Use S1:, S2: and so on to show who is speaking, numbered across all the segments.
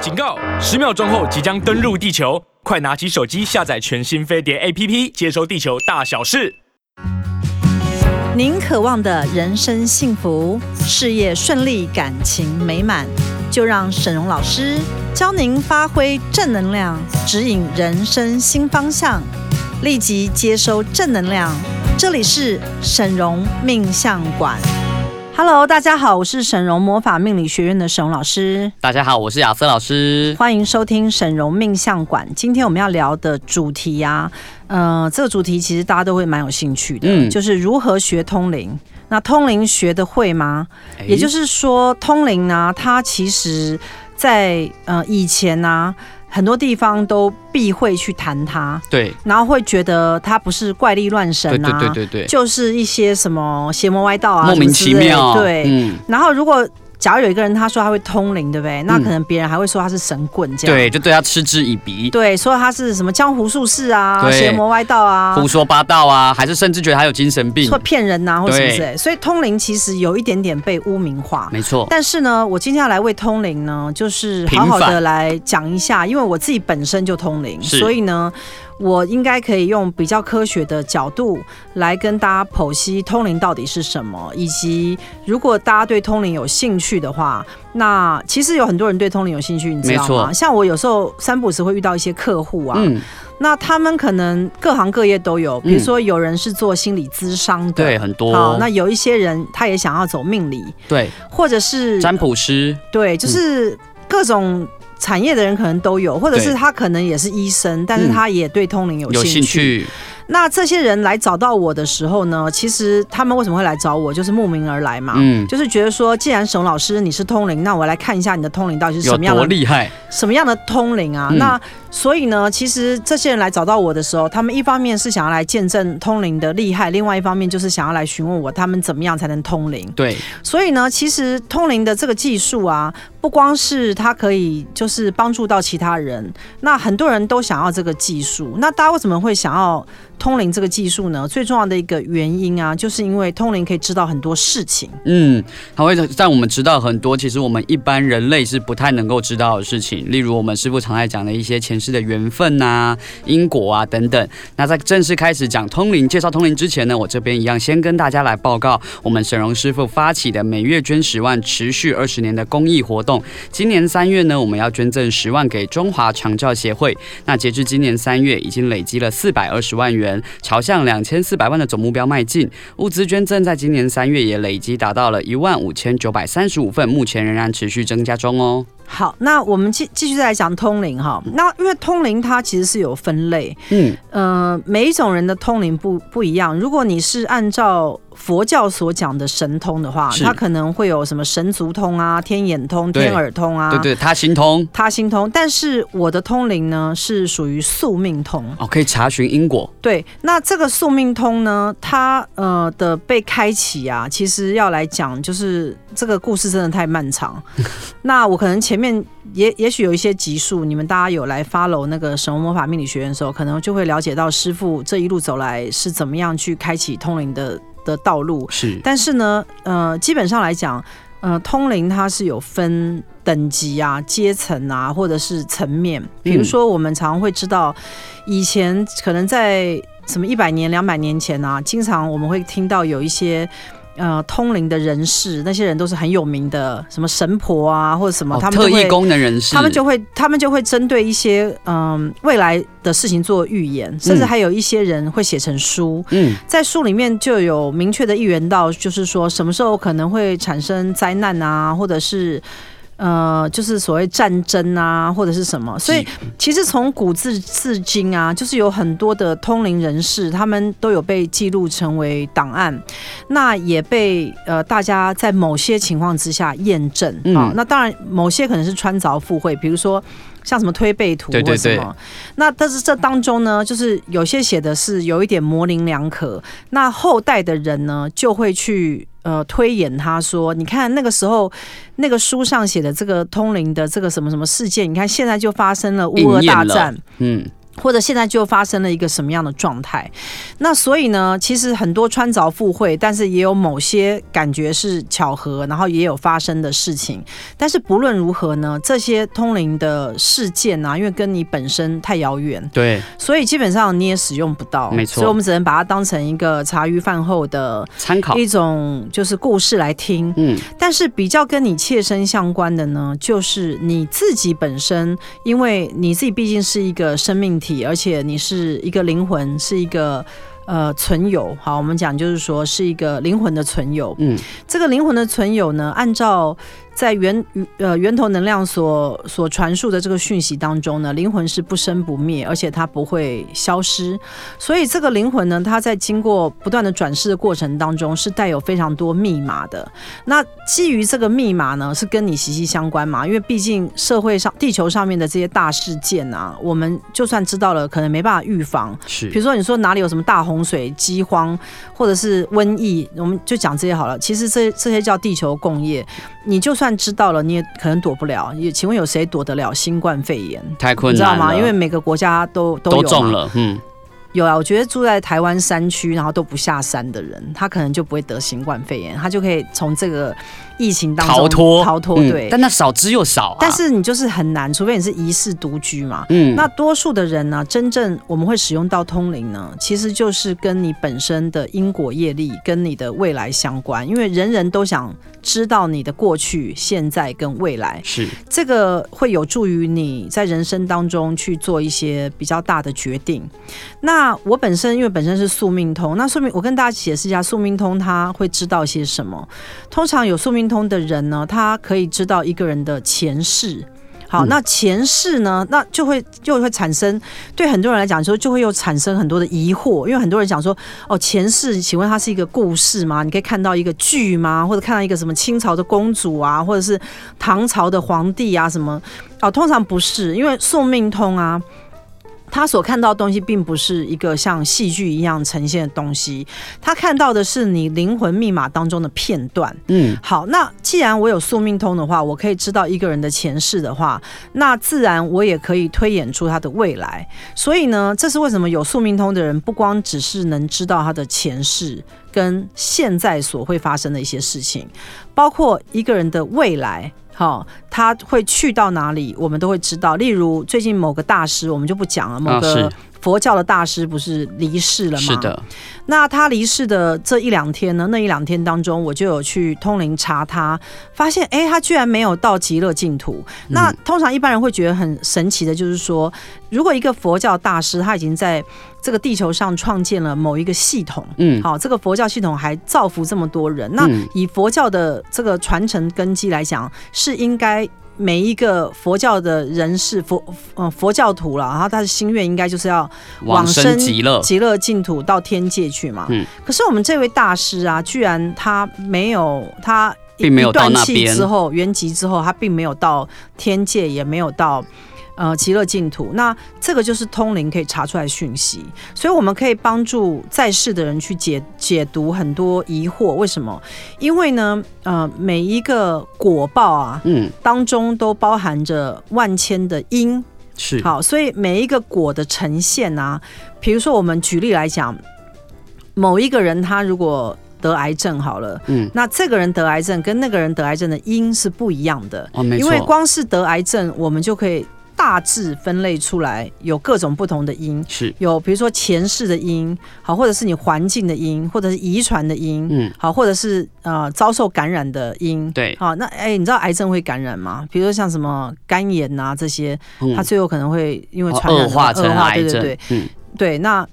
S1: 警告！十秒钟后即将登陆地球，快拿起手机下载全新飞碟 APP，接收地球大小事。
S2: 您渴望的人生幸福、事业顺利、感情美满，就让沈荣老师教您发挥正能量，指引人生新方向，立即接收正能量。这里是沈荣命相馆。Hello，大家好，我是沈荣魔法命理学院的沈荣老师。
S3: 大家好，我是亚瑟老师。
S2: 欢迎收听沈荣命相馆。今天我们要聊的主题啊，呃，这个主题其实大家都会蛮有兴趣的，
S3: 嗯
S2: 就是如何学通灵。那通灵学的会吗？哎也就是是说，通灵呢、它其实在呃以前呢、很多地方都避讳去谈它，
S3: 对
S2: 然后会觉得它不是怪力乱神
S3: 对
S2: 啊，
S3: 对对对对，
S2: 就是一些什么邪魔歪道啊，
S3: 莫名其妙。
S2: 什么之类的对，
S3: 嗯，
S2: 然后如果假如有一个人他说他会通灵，对不对？那
S3: 嗯
S2: 可能别人还会说他是神棍这样。
S3: 对，就对他嗤之以鼻，
S2: 对，说他是什么江湖术士啊、
S3: 对
S2: 邪魔歪道啊，
S3: 胡说八道啊，还是甚至觉得他有精神病
S2: 说。骗人啊呐、或什么
S3: 对
S2: 之类。所以通灵其实有一点点被污名化。
S3: 没错，
S2: 但是呢，我今天要来为通灵呢，就是好好
S3: 平
S2: 的
S3: 反
S2: 来讲一下，因为我自己本身就通灵，
S3: 是
S2: 所以呢，我应该可以用比较科学的角度来跟大家剖析通灵到底是什么，以及如果大家对通灵有兴趣的话，那其实有很多人对通灵有兴趣，你知道
S3: 没
S2: 吗？
S3: 错
S2: 像我有时候三不五时会遇到一些客户啊，
S3: 嗯，
S2: 那他们可能各行各业都有，比如
S3: 嗯
S2: 说有人是做心理咨商的，
S3: 对，很
S2: 好，
S3: 多
S2: 那，有一些人他也想要走命理，
S3: 对，
S2: 或者是
S3: 占卜师，
S2: 对，就是各种产业的人可能都有，或者是
S3: 嗯对嗯
S2: 他可能也是医生，但是他也对通灵有
S3: 有
S2: 兴
S3: 兴
S2: 趣。
S3: 趣，
S2: 那这些人来找到我的时候呢，其实他们为什么会来找我，就是慕名而来嘛。
S3: 嗯，
S2: 就是觉得说，既然沈老师你是通灵，那我来看一下你的通灵到底是
S3: 有
S2: 什么样
S3: 多
S2: 的
S3: 厉害？
S2: 什么样的通灵啊？
S3: 嗯
S2: 那所以呢，其实这些人来找到我的时候，他们一方面是想要来见证通灵的厉害，另外一方面就是想要来询问我他们怎么样才能通灵。
S3: 对，
S2: 所以呢，其实通灵的这个技术啊，不光是它可以就是帮助到其他人，那很多人都想要这个技术。那大家为什么会想要通灵这个技术呢？最重要的一个原因啊，就是因为通灵可以知道很多事情。
S3: 嗯，它会让我们知道很多，其实我们一般人类是不太能够知道的事情，例如我们师傅常爱讲的一些前世的缘分呐、因果啊等等。那在正式开始讲通灵、介绍通灵之前呢，我这边一样先跟大家来报告我们沈荣师傅发起的每月捐十万、持续二十年的公益活动。今年三月呢，我们要捐赠十万给中华长教协会。那截至今年三月，已经累积了四百二十万元，朝向两千四百万的总目标迈进。物资捐赠在今年三月也累积达到了一万五千九百三十五份，目前仍然持续增加中哦。
S2: 好，那我们继继续再来讲通灵哈。那因为通灵它其实是有分类，
S3: 嗯，
S2: 呃，每一种人的通灵不不一样。如果你是按照佛教所讲的神通的话，
S3: 是
S2: 它可能会有什么神足通啊、天眼通、
S3: 对
S2: 天耳通啊，
S3: 对对，他行通
S2: 他心通，但是我的通灵呢是属于宿命通。
S3: 哦，可以查询因果。
S2: 对，那这个宿命通呢，它呃的被开启啊，其实要来讲，就是这个故事真的太漫长。那我可能前面也也许有一些集数，你们大家有来 follow 那个神魔法命理学院的时候，可能就会了解到师傅这一路走来是怎么样去开启通灵的的道路。
S3: 是，
S2: 但是呢，呃，基本上来讲，呃，通灵它是有分等级啊、阶层啊，或者是层面。
S3: 嗯
S2: 比如说，我们常会知道，以前可能在什么一百年、两百年前啊，经常我们会听到有一些。呃，通灵的人士，那些人都是很有名的，什么神婆啊，或者什么，
S3: 哦
S2: 他们
S3: 特
S2: 都
S3: 异
S2: 会，
S3: 功能人士，
S2: 他们就会，他们就会针对一些嗯、未来的事情做预言，甚至还有一些人会写成书，
S3: 嗯，
S2: 在书里面就有明确的预言到，就是说什么时候可能会产生灾难啊，或者是呃，就是所谓战争啊，或者是什么。所以
S3: 是
S2: 其实从古至至今啊，就是有很多的通灵人士，他们都有被记录成为档案，那也被呃大家在某些情况之下验证啊、
S3: 嗯
S2: 那当然，某些可能是穿凿附会，比如说。像什么推背图或
S3: 对
S2: 什么，
S3: 对对
S2: 那但是这当中呢，就是有些写的是有一点模棱两可，那后代的人呢就会去呃推演他说，你看那个时候那个书上写的这个通灵的这个什么什么事件，你看现在就发生了乌俄
S3: 应验
S2: 大
S3: 了
S2: 战，
S3: 嗯，
S2: 或者现在就发生了一个什么样的状态？那所以呢，其实很多穿凿附会，但是也有某些感觉是巧合，然后也有发生的事情。但是不论如何呢，这些通灵的事件啊，因为跟你本身太遥远，
S3: 对，
S2: 所以基本上你也使用不到，
S3: 没错
S2: 所以我们只能把它当成一个茶余饭后的
S3: 参考，
S2: 一种就是故事来听。
S3: 嗯，
S2: 但是比较跟你切身相关的呢，就是你自己本身，因为你自己毕竟是一个生命体，而且你是一个灵魂，是一个。呃，存有好，我们讲就是说是一个灵魂的存有。
S3: 嗯，
S2: 这个灵魂的存有呢，按照在源呃源头能量所所传输的这个讯息当中呢，灵魂是不生不灭，而且它不会消失。所以这个灵魂呢，它在经过不断的转世的过程当中，是带有非常多密码的。那基于这个密码呢，是跟你息息相关嘛？因为毕竟社会上、地球上面的这些大事件啊，我们就算知道了，可能没办法预防。比
S3: 是，
S2: 如说，你说哪里有什么大洪水、饥荒，或者是瘟疫，我们就讲这些好了。其实这这些叫地球共业，你就算知道了，你也可能躲不了。也请问有谁躲得了新冠肺炎？
S3: 太
S2: 你
S3: 困
S2: 知
S3: 难
S2: 道
S3: 了，
S2: 吗？因为每个国家都都有
S3: 都
S2: 嘛
S3: 中了，嗯，
S2: 有啊，我觉得住在台湾山区，然后都不下山的人，他可能就不会得新冠肺炎，他就可以从这个疫情当中
S3: 逃脱，
S2: 逃脱。
S3: 嗯
S2: 哦对，
S3: 但那少之又少啊，
S2: 但是你就是很难，除非你是一世独居嘛。
S3: 嗯，
S2: 那多数的人呢、真正我们会使用到通灵呢，其实就是跟你本身的因果业力跟你的未来相关，因为人人都想知道你的过去、现在跟未来。
S3: 是
S2: 这个会有助于你在人生当中去做一些比较大的决定。那我本身因为本身是宿命通，那宿命我跟大家解释一下，宿命通他会知道些什么？通常有宿命通的人呢，他可以知道一个人的前世。好，
S3: 嗯
S2: 那前世呢？那就会就会产生对很多人来讲说，就会又产生很多的疑惑，因为很多人讲说，哦，前世，请问它是一个故事吗？你可以看到一个剧吗？或者看到一个什么清朝的公主啊，或者是唐朝的皇帝啊什么？哦，通常不是，因为宿命通啊。他所看到的东西，并不是一个像戏剧一样呈现的东西，他看到的是你灵魂密码当中的片段。
S3: 嗯，
S2: 好，那既然我有宿命通的话，我可以知道一个人的前世的话，那自然我也可以推演出他的未来。所以呢，这是为什么有宿命通的人不光只是能知道他的前世跟现在所会发生的一些事情，包括一个人的未来。好、他会去到哪里，我们都会知道。例如，最近某个大师，我们就不讲了。某
S3: 啊
S2: 个
S3: 是
S2: 佛教的大师不是离世了吗？
S3: 是的，
S2: 那他离世的这一两天呢？那一两天当中，我就有去通灵查他，发现诶，他居然没有到极乐净土。
S3: 嗯
S2: 那通常一般人会觉得很神奇的，就是说，如果一个佛教大师他已经在这个地球上创建了某一个系统，
S3: 嗯，
S2: 好，这个佛教系统还造福这么多人，那
S3: 嗯
S2: 以佛教的这个传承根基来讲，是应该。每一个佛教的人士，佛嗯、佛教徒了，然后他的心愿应该就是要
S3: 往生极乐，
S2: 极乐净土到天界去嘛。
S3: 嗯
S2: 可是我们这位大师啊，居然他没有他一
S3: 并没有
S2: 一段
S3: 到那
S2: 气
S3: 边
S2: 之后，原籍之后，他并没有到天界，也没有到。呃，极乐净土，那这个就是通灵可以查出来的讯息，所以我们可以帮助在世的人去解解读很多疑惑。为什么？因为呢，呃，每一个果报啊
S3: 嗯，
S2: 当中都包含着万千的因，
S3: 是，
S2: 好，所以每一个果的呈现啊，比如说我们举例来讲，某一个人他如果得癌症好了，
S3: 嗯，
S2: 那这个人得癌症跟那个人得癌症的因是不一样的，
S3: 哦，没
S2: 因
S3: 错
S2: 为，光是得癌症，我们就可以大致分类出来有各种不同的因。
S3: 是，
S2: 有比如说前世的因，好，或者是你环境的因，或者是遗传的因，
S3: 嗯，
S2: 好，或者是呃遭受感染的因，
S3: 对，
S2: 好，那哎、你知道癌症会感染吗？比如说像什么肝炎呐、这些，
S3: 嗯
S2: 它最后可能会因为
S3: 哦
S2: 传染
S3: 恶化成癌
S2: 对对
S3: 症，
S2: 对
S3: 嗯，
S2: 对。那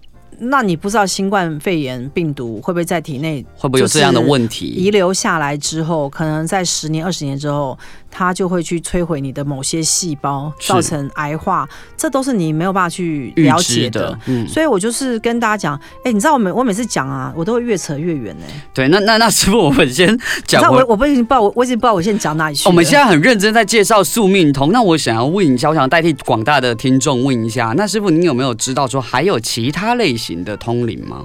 S2: 那你不知道新冠肺炎病毒会不会在体内
S3: 会不会有这样的问题？
S2: 遗留下来之后，可能在十年、二十年之后，它就会去摧毁你的某些细胞，
S3: 是
S2: 造成癌化，这都是你没有办法去
S3: 预
S2: 了
S3: 知
S2: 解
S3: 的
S2: 的。，
S3: 嗯，
S2: 所以我就是跟大家讲，哎、你知道我每我每次讲啊，我都会越扯越远呢、欸。
S3: 对，那那那师傅，我们先
S2: 你知
S3: 讲
S2: 道
S3: 回
S2: 我。我不已经不知道我我已经不知道我现在讲哪里去了。
S3: 我们现在很认真在介绍宿命通，那我想要问一下，我想代替广大的听众问一下，那师傅您有没有知道说还有其他类型的通灵吗？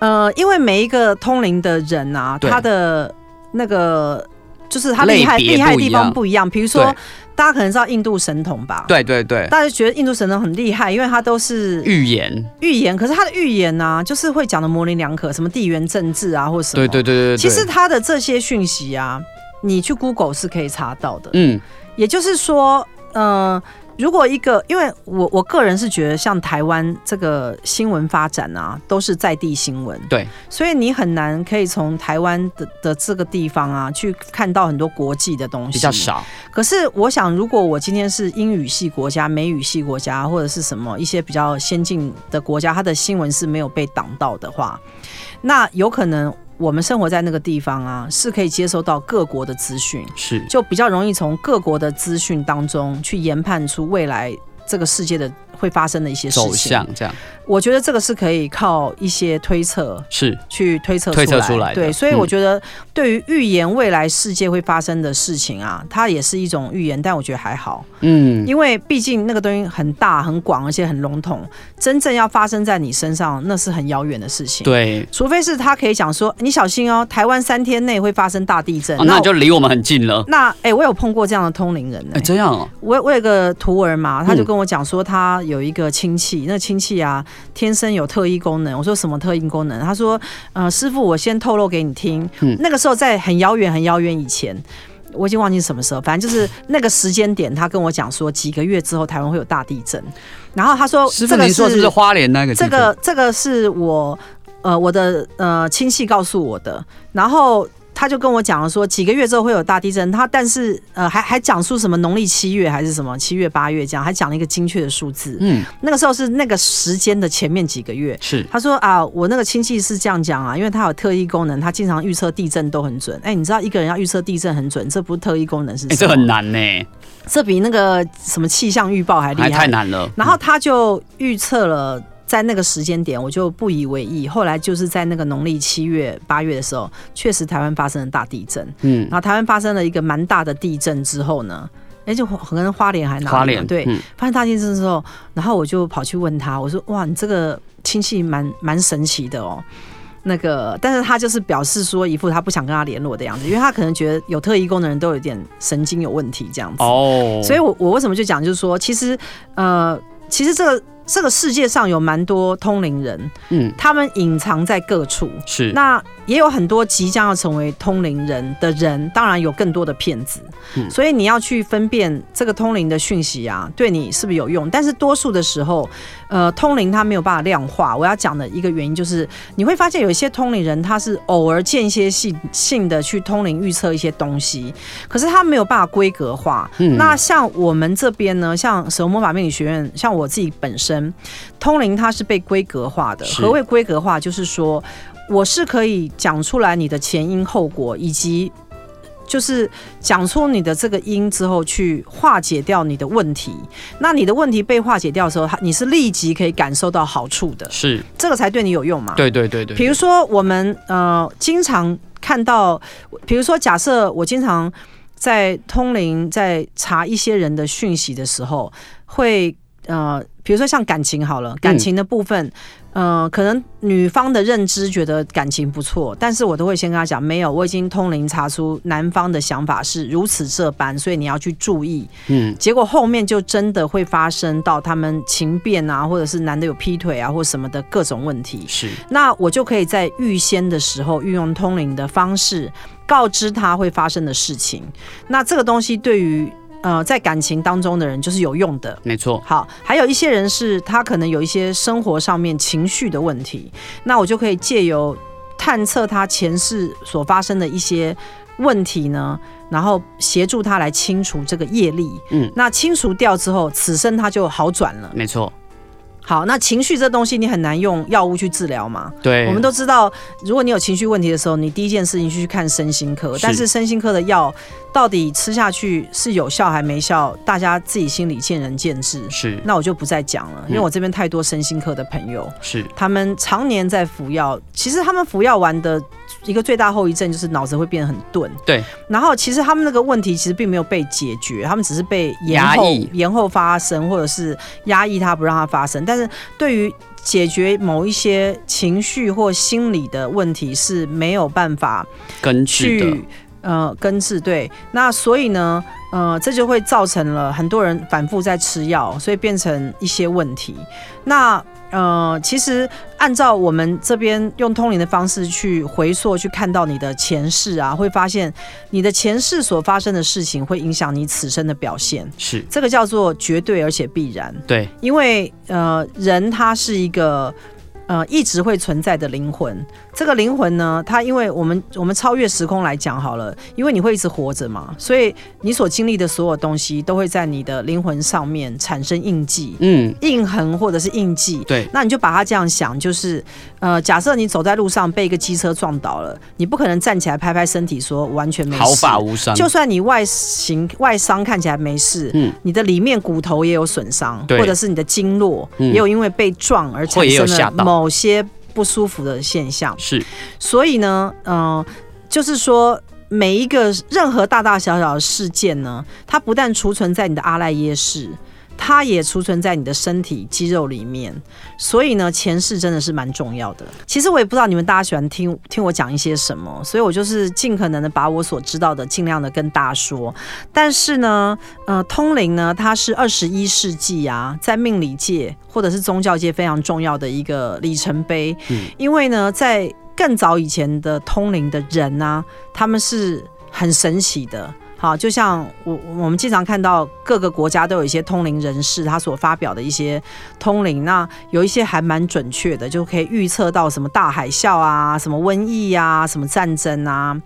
S2: 呃，因为每一个通灵的人啊，
S3: 对
S2: 他的那个就是它厉害
S3: 类别
S2: 厉害的地
S3: 不一
S2: 方
S3: 样
S2: 不一样。比如说
S3: 对，
S2: 大家可能知道印度神童吧？，
S3: 对嗯对对，
S2: 大家觉得印度神童很厉害，因为他都是
S3: 预言，
S2: 预言，可是他的预言呢、就是会讲的模棱两可，什么地缘政治啊，或者什么。
S3: 对对对对对，
S2: 其实他的这些讯息啊，你去 Google 是可以查到的。
S3: 嗯
S2: 也就是说，呃，如果一个，因为我我个人是觉得，像台湾这个新闻发展啊，都是在地新闻，
S3: 对，
S2: 所以你很难可以从台湾的的这个地方啊，去看到很多国际的东西，
S3: 比较。少，
S2: 可是我想，如果我今天是英语系国家、美语系国家，或者是什么一些比较先进的国家，它的新闻是没有被挡到的话，那有可能我们生活在那个地方啊，是可以接收到各国的资讯。
S3: 是
S2: 就比较容易从各国的资讯当中去研判出未来这个世界的会发生的一些事
S3: 走
S2: 情。
S3: 向这样，
S2: 我觉得这个是可以靠一些推测
S3: 是
S2: 去推测
S3: 推测出来的
S2: 对，所以
S3: 嗯
S2: 我觉得对于预言未来世界会发生的事情啊，它也是一种预言，但我觉得还好，
S3: 嗯，
S2: 因为毕竟那个东西很大、很广，而且很笼统，真正要发生在你身上，那是很遥远的事情。。
S3: 对，
S2: 除非是他可以讲说，你小心哦，台湾三天内会发生大地震。
S3: 哦，那就离我们很近了，
S2: 那哎、我有碰过这样的通灵人、呢。
S3: 哎，这样哦，
S2: 我我有个徒儿嘛，他就
S3: 嗯
S2: 跟我讲说，他有一个亲戚，那亲戚啊，天生有特异功能。我说什么特异功能？他说，呃，师傅，我先透露给你听，
S3: 嗯
S2: 那个时候在很遥远、很遥远以前。我已经忘记是什么时候，反正就是那个时间点，他跟我讲说几个月之后台湾会有大地震，然后他说
S3: 师
S2: 哦这
S3: 傅
S2: 个
S3: 您说是不是花莲那个地
S2: 这
S3: 方？
S2: 个这个是我呃我的呃亲戚告诉我的，然后他就跟我讲了说几个月之后会有大地震，他但是呃还还讲述什么农历七月还是什么七月八月这样，还讲了一个精确的数字，
S3: 嗯
S2: 那个时候是那个时间的前面几个月。
S3: 是
S2: 他说啊，我那个亲戚是这样讲啊，因为他有特异功能，他经常预测地震都很准。哎、你知道一个人要预测地震很准，这不是特异功能是
S3: 哎，
S2: 什
S3: 这
S2: 么？
S3: 很，难呢，
S2: 这比那个什么气象预报还厉
S3: 还
S2: 害。
S3: 太难了。
S2: 然后他就预测了。在那个时间点，我就不以为意。后来就是在那个农历七月、八月的时候，确实台湾发生了大地震。
S3: 嗯
S2: 然，后台湾发生了一个蛮大的地震之后呢，哎、就可能花莲还哪里嘛啊
S3: 花莲
S2: 对，
S3: 嗯
S2: 发生大地震之后，然后我就跑去问他，我说：“哇，你这个亲戚蛮蛮神奇的哦。”那个，但是他就是表示说一副他不想跟他联络的样子，因为他可能觉得有特异功能的人都有点神经有问题这样子。
S3: 哦，
S2: 所以我我为什么就讲，就是说，其实呃，其实这个这个世界上有蛮多通灵人，
S3: 嗯
S2: 他们隐藏在各处。
S3: 是
S2: 那也有很多即将要成为通灵人的人，当然有更多的骗子，
S3: 嗯
S2: 所以你要去分辨这个通灵的讯息啊，对你是不是有用？但是多数的时候，呃，通灵它没有办法量化。我要讲的一个原因就是，你会发现有一些通灵人他是偶尔间歇性性的去通灵预测一些东西，可是他没有办法规格化。
S3: 嗯
S2: 那像我们这边呢，像神龙魔法命理学院，像我自己本身，通灵它是被规格化的。
S3: 是
S2: 何谓规格化？就是说，我是可以讲出来你的前因后果，以及就是讲出你的这个因之后，去化解掉你的问题。那你的问题被化解掉的时候，它你是立即可以感受到好处的，
S3: 是
S2: 这个才对你有用嘛？
S3: 对对对对，
S2: 比如说我们呃经常看到，比如说假设我经常在通灵在查一些人的讯息的时候，会呃比如说像感情好了，感情的部分。呃，可能女方的认知觉得感情不错，但是我都会先跟她讲，没有，我已经通灵查出男方的想法是如此这般，所以你要去注意。
S3: 嗯
S2: 结果后面就真的会发生到他们情变啊，或者是男的有劈腿啊，或什么的各种问题。
S3: 是
S2: 那我就可以在预先的时候运用通灵的方式，告知他会发生的事情。那这个东西对于呃在感情当中的人就是有用的。
S3: 没错，
S2: 好，还有一些人是他可能有一些生活上面情绪的问题，那我就可以借由探测他前世所发生的一些问题呢，然后协助他来清除这个业力。
S3: 嗯，
S2: 那清除掉之后，此生他就好转了。
S3: 没错，
S2: 好，那情绪这东西你很难用药物去治疗嘛？
S3: 对，
S2: 我们都知道，如果你有情绪问题的时候，你第一件事情就去看身心科。但是身心科的药到底吃下去是有效还没效，大家自己心里见仁见智。
S3: 是
S2: 那我就不再讲了，因为
S3: 嗯
S2: 我这边太多身心科的朋友，
S3: 是
S2: 他们常年在服药。其实他们服药完的一个最大后遗症就是脑子会变得很钝。
S3: 对。
S2: 然后其实他们那个问题其实并没有被解决，他们只是被延
S3: 压
S2: 后
S3: 抑
S2: 延后发生，或者是压抑它不让它发生。但是对于解决某一些情绪或心理的问题是没有办法
S3: 根治的
S2: 去，呃根治。对，那所以呢，呃，这就会造成了很多人反复在吃药，所以变成一些问题。那呃，其实按照我们这边用通灵的方式去回溯，去看到你的前世啊，会发现你的前世所发生的事情会影响你此生的表现。
S3: 是
S2: 这个叫做绝对而且必然，
S3: 对，
S2: 因为呃，人他是一个呃一直会存在的灵魂。这个灵魂呢，它因为我们我们超越时空来讲好了，因为你会一直活着嘛，所以你所经历的所有东西都会在你的灵魂上面产生印记、
S3: 嗯，
S2: 印痕或者是印记。
S3: 对，
S2: 那你就把它这样想，就是，呃，假设你走在路上被一个机车撞倒了，你不可能站起来拍拍身体说完全没事，
S3: 毫发无伤，
S2: 就算你外形外伤看起来没事，
S3: 嗯
S2: 你的里面骨头也有损伤，
S3: 对
S2: 或者是你的经络、
S3: 嗯
S2: 也有因为被撞而产
S3: 会也有
S2: 生
S3: 吓
S2: 了
S3: 到
S2: 某些不舒服的现象。
S3: 是
S2: 所以呢，嗯、就是说。每一个任何大大小小的事件呢，它不但储存在你的阿赖耶识，它也储存在你的身体肌肉里面。所以呢，前世真的是蛮重要的。其实我也不知道你们大家喜欢听听我讲一些什么，所以我就是尽可能的把我所知道的尽量的跟大家说。但是呢，呃，通灵呢，它是二十一世纪啊，在命理界或者是宗教界非常重要的一个里程碑。
S3: 嗯
S2: 因为呢，在更早以前的通灵的人啊，他们是很神奇的。好，就像我我们经常看到各个国家都有一些通灵人士，他所发表的一些通灵，那有一些还蛮准确的，就可以预测到什么大海啸啊、什么瘟疫啊、什么战争啊。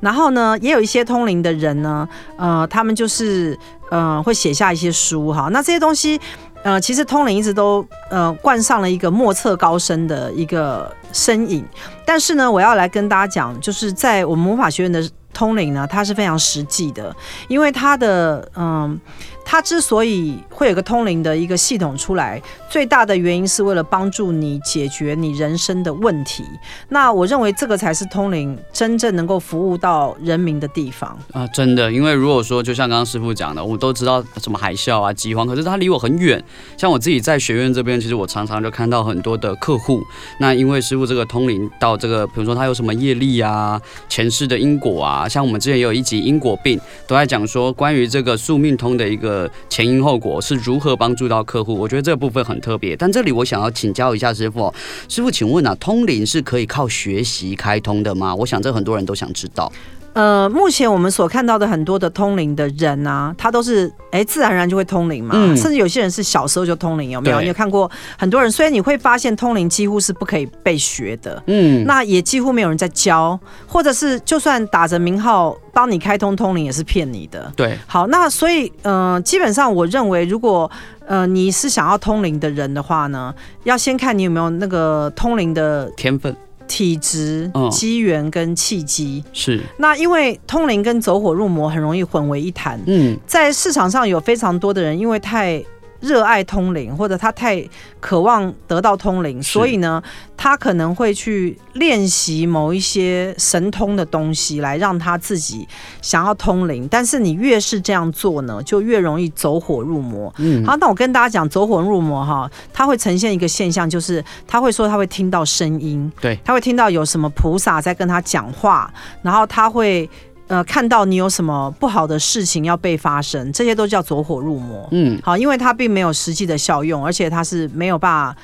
S2: 然后呢，也有一些通灵的人呢，呃，他们就是呃会写下一些书哈。那这些东西，呃，其实通灵一直都呃冠上了一个莫测高深的一个身影。但是呢，我要来跟大家讲，就是在我们魔法学院的通灵呢，它是非常实际的，因为它的嗯、它之所以会有个通灵的一个系统出来，最大的原因是为了帮助你解决你人生的问题。那我认为这个才是通灵真正能够服务到人民的地方。
S3: 啊、真的，因为如果说就像刚刚师傅讲的，我都知道什么海啸啊、饥荒，可是它离我很远。像我自己在学院这边，其实我常常就看到很多的客户，那因为师傅这个通灵到这个，比如说他有什么业力啊、前世的因果啊，像我们之前也有一集因果病，都在讲说关于这个宿命通的一个前因后果是如何帮助到客户。我觉得这个部分很特别，但这里我想要请教一下师傅、哦，师傅，请问啊，通灵是可以靠学习开通的吗？我想这很多人都想知道。
S2: 呃，目前我们所看到的很多的通灵的人啊，他都是哎自然而然就会通灵嘛，
S3: 嗯
S2: 甚至有些人是小时候就通灵，有没有？
S3: 对
S2: 你有看过很多人？所以你会发现通灵几乎是不可以被学的，
S3: 嗯，
S2: 那也几乎没有人在教，或者是就算打着名号帮你开通通灵，也是骗你的。
S3: 对。
S2: 好，那所以，呃，基本上我认为，如果呃你是想要通灵的人的话呢，要先看你有没有那个通灵的
S3: 天分
S2: 体质
S3: 嗯、
S2: 机缘跟契机。
S3: 是，
S2: 那因为通灵跟走火入魔很容易混为一谈，
S3: 嗯，
S2: 在市场上有非常多的人因为太热爱通灵，或者他太渴望得到通灵，
S3: 是
S2: 所以呢，他可能会去练习某一些神通的东西，来让他自己想要通灵。但是你越是这样做呢，就越容易走火入魔。
S3: 嗯，
S2: 好，那我跟大家讲，走火入魔哈，它会呈现一个现象，就是他会说他会听到声音，
S3: 对，
S2: 他会听到有什么菩萨在跟他讲话，然后他会呃看到你有什么不好的事情要被发生，这些都叫走火入魔。
S3: 嗯，
S2: 好，因为它并没有实际的效用，而且它是没有办法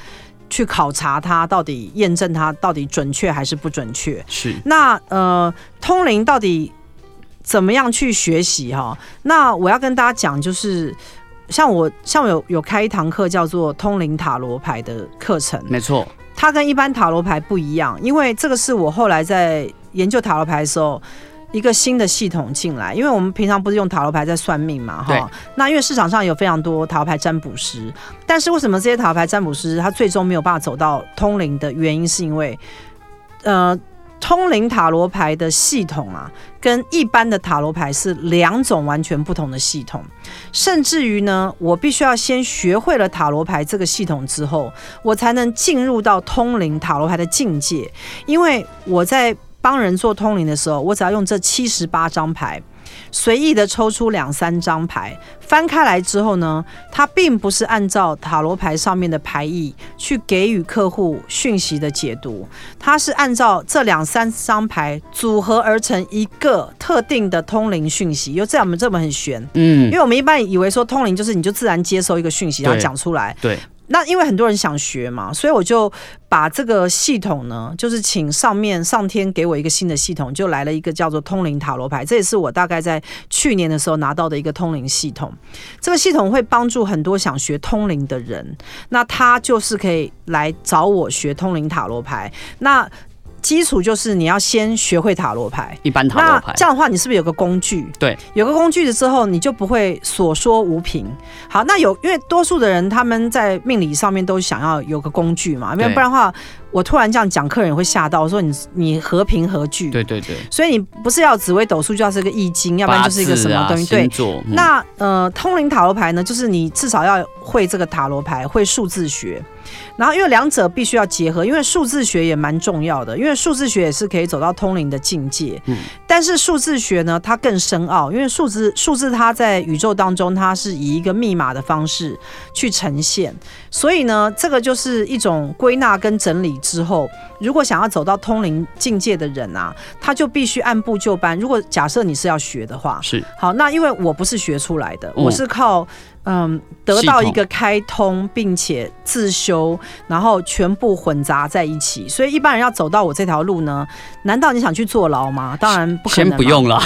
S2: 去考察它到底验证它到底准确还是不准确。
S3: 是，
S2: 那呃，通灵到底怎么样去学习哈？那我要跟大家讲，就是像我像我有有开一堂课叫做通灵塔罗牌的课程，
S3: 没错，
S2: 它跟一般塔罗牌不一样，因为这个是我后来在研究塔罗牌的时候。一个新的系统进来，因为我们平常不是用塔罗牌在算命嘛，
S3: 对
S2: 哈。那因为市场上有非常多塔罗牌占卜师，但是为什么这些塔罗牌占卜师他最终没有办法走到通灵的原因，是因为，呃，通灵塔罗牌的系统啊，跟一般的塔罗牌是两种完全不同的系统，甚至于呢，我必须要先学会了塔罗牌这个系统之后，我才能进入到通灵塔罗牌的境界。因为我在帮人做通灵的时候，我只要用这七十八张牌，随意的抽出两三张牌，翻开来之后呢，它并不是按照塔罗牌上面的牌意去给予客户讯息的解读，它是按照这两三张牌组合而成一个特定的通灵讯息。又这样，我们这么很玄，
S3: 嗯
S2: 因，为我们一般以为说通灵就是你就自然接收一个讯息，然后
S3: 对
S2: 讲出来。
S3: 对，
S2: 那因为很多人想学嘛，所以我就把这个系统呢，就是请上面上天给我一个新的系统，就来了一个叫做通灵塔罗牌，这也是我大概在去年的时候拿到的一个通灵系统。这个系统会帮助很多想学通灵的人，那他就是可以来找我学通灵塔罗牌。那基础就是你要先学会塔罗牌，
S3: 一般塔罗牌
S2: 那这样的话，你是不是有个工具？
S3: 对，
S2: 有个工具了之后，你就不会所说无凭。好，那有因为多数的人他们在命理上面都想要有个工具嘛，因为
S3: 对
S2: 不然的话，我突然这样讲，客人也会吓到，说你你何凭何据？
S3: 对对对，
S2: 所以你不是要紫微斗数，就要是个易经，要不然
S3: 八
S2: 就是一个什
S3: 字
S2: 么
S3: 啊，
S2: 东西。对
S3: 星，座，嗯
S2: 那呃，通灵塔罗牌呢，就是你至少要会这个塔罗牌，会数字学。然后，因为两者必须要结合，因为数字学也蛮重要的，因为数字学也是可以走到通灵的境界。
S3: 嗯
S2: 但是数字学呢，它更深奥，因为数字数字它在宇宙当中，它是以一个密码的方式去呈现，所以呢，这个就是一种归纳跟整理之后，如果想要走到通灵境界的人啊，他就必须按部就班。如果假设你是要学的话，
S3: 是
S2: 好，那因为我不是学出来的，
S3: 嗯
S2: 我是靠嗯得
S3: 系
S2: 到
S3: 统
S2: 一个开通，并且自修，然后全部混杂在一起。所以一般人要走到我这条路呢，难道你想去坐牢吗？当然不可能啊
S3: 先
S2: 嘛，
S3: 不用啦，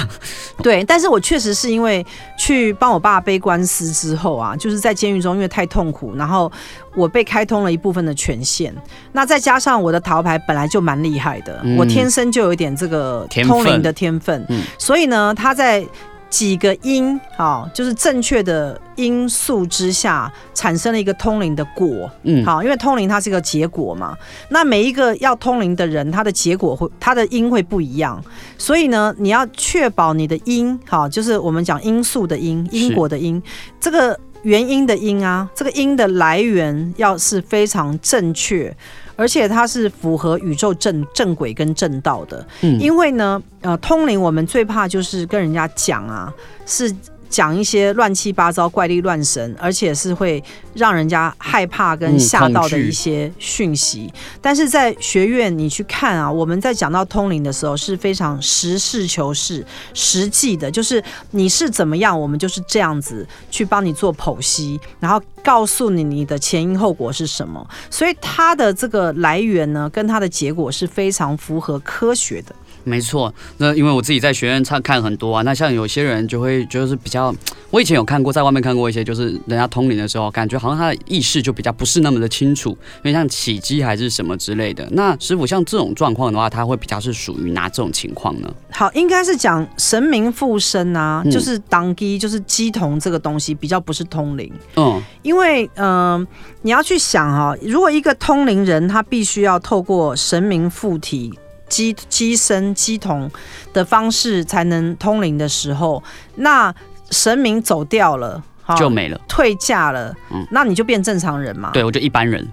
S2: 对，但是我确实是因为去帮我爸背官司之后啊，就是在监狱中因为太痛苦，然后我被开通了一部分的权限。那再加上我的桃牌本来就蛮厉害的，
S3: 嗯
S2: 我天生就有一点这个
S3: 天分
S2: 通灵的天分，
S3: 嗯
S2: 所以呢，他在。几个因好，就是正确的因素之下，产生了一个通灵的果。
S3: 嗯，
S2: 好，因为通灵它是一个结果嘛，那每一个要通灵的人，他的结果会，他的因会不一样，所以呢，你要确保你的因，好，就是我们讲因素的因，因
S3: 是
S2: 果的因，这个原因的因啊，这个因的来源要是非常正确。而且它是符合宇宙正正轨跟正道的，
S3: 嗯
S2: 因为呢，呃，通灵我们最怕就是跟人家讲啊，是讲一些乱七八糟、怪力乱神，而且是会让人家害怕跟
S3: 嗯
S2: 吓到的
S3: 恐惧
S2: 一些讯息。但是在学院你去看啊，我们在讲到通灵的时候是非常实事求是、实际的，就是你是怎么样，我们就是这样子去帮你做剖析，然后告诉你你的前因后果是什么。所以它的这个来源呢，跟它的结果是非常符合科学的。
S3: 没错，那因为我自己在学院看看很多啊，那像有些人就会就是比较，我以前有看过，在外面看过一些，就是人家通灵的时候，感觉好像他的意识就比较不是那么的清楚，因为像起机还是什么之类的。那师傅像这种状况的话，他会比较是属于哪种情况呢？
S2: 好，应该是讲神明附身啊，
S3: 嗯
S2: 就是当机，就是鸡同这个东西比较不是通灵，
S3: 嗯，
S2: 因为嗯、呃你要去想哈、如果一个通灵人他必须要透过神明附体。鸡鸡身鸡同的方式才能通灵的时候，那神明走掉了，好
S3: 就没了。
S2: 退驾了，
S3: 嗯
S2: 那你就变正常人嘛。，
S3: 对，我就一般人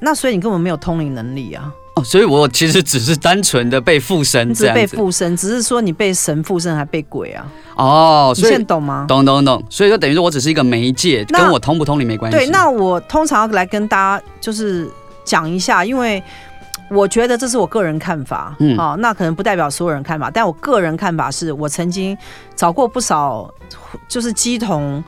S2: 那所以你根本没有通灵能力啊，
S3: 哦，所以我其实只是单纯的被附身
S2: 你只
S3: 嗯这
S2: 是被
S3: 样子。
S2: 附身，只是说你被神附身还被鬼啊，
S3: 哦，
S2: 你
S3: 所
S2: 现在
S3: 以
S2: 懂吗？
S3: 懂懂懂，所以就等于说我只是一个媒介，
S2: 那
S3: 跟我通不通灵没关系。
S2: 对，那我通常来跟大家就是讲一下，因为我觉得这是我个人看法，
S3: 嗯
S2: 哦，那可能不代表所有人看法，但我个人看法是我曾经找过不少，就是鸡童。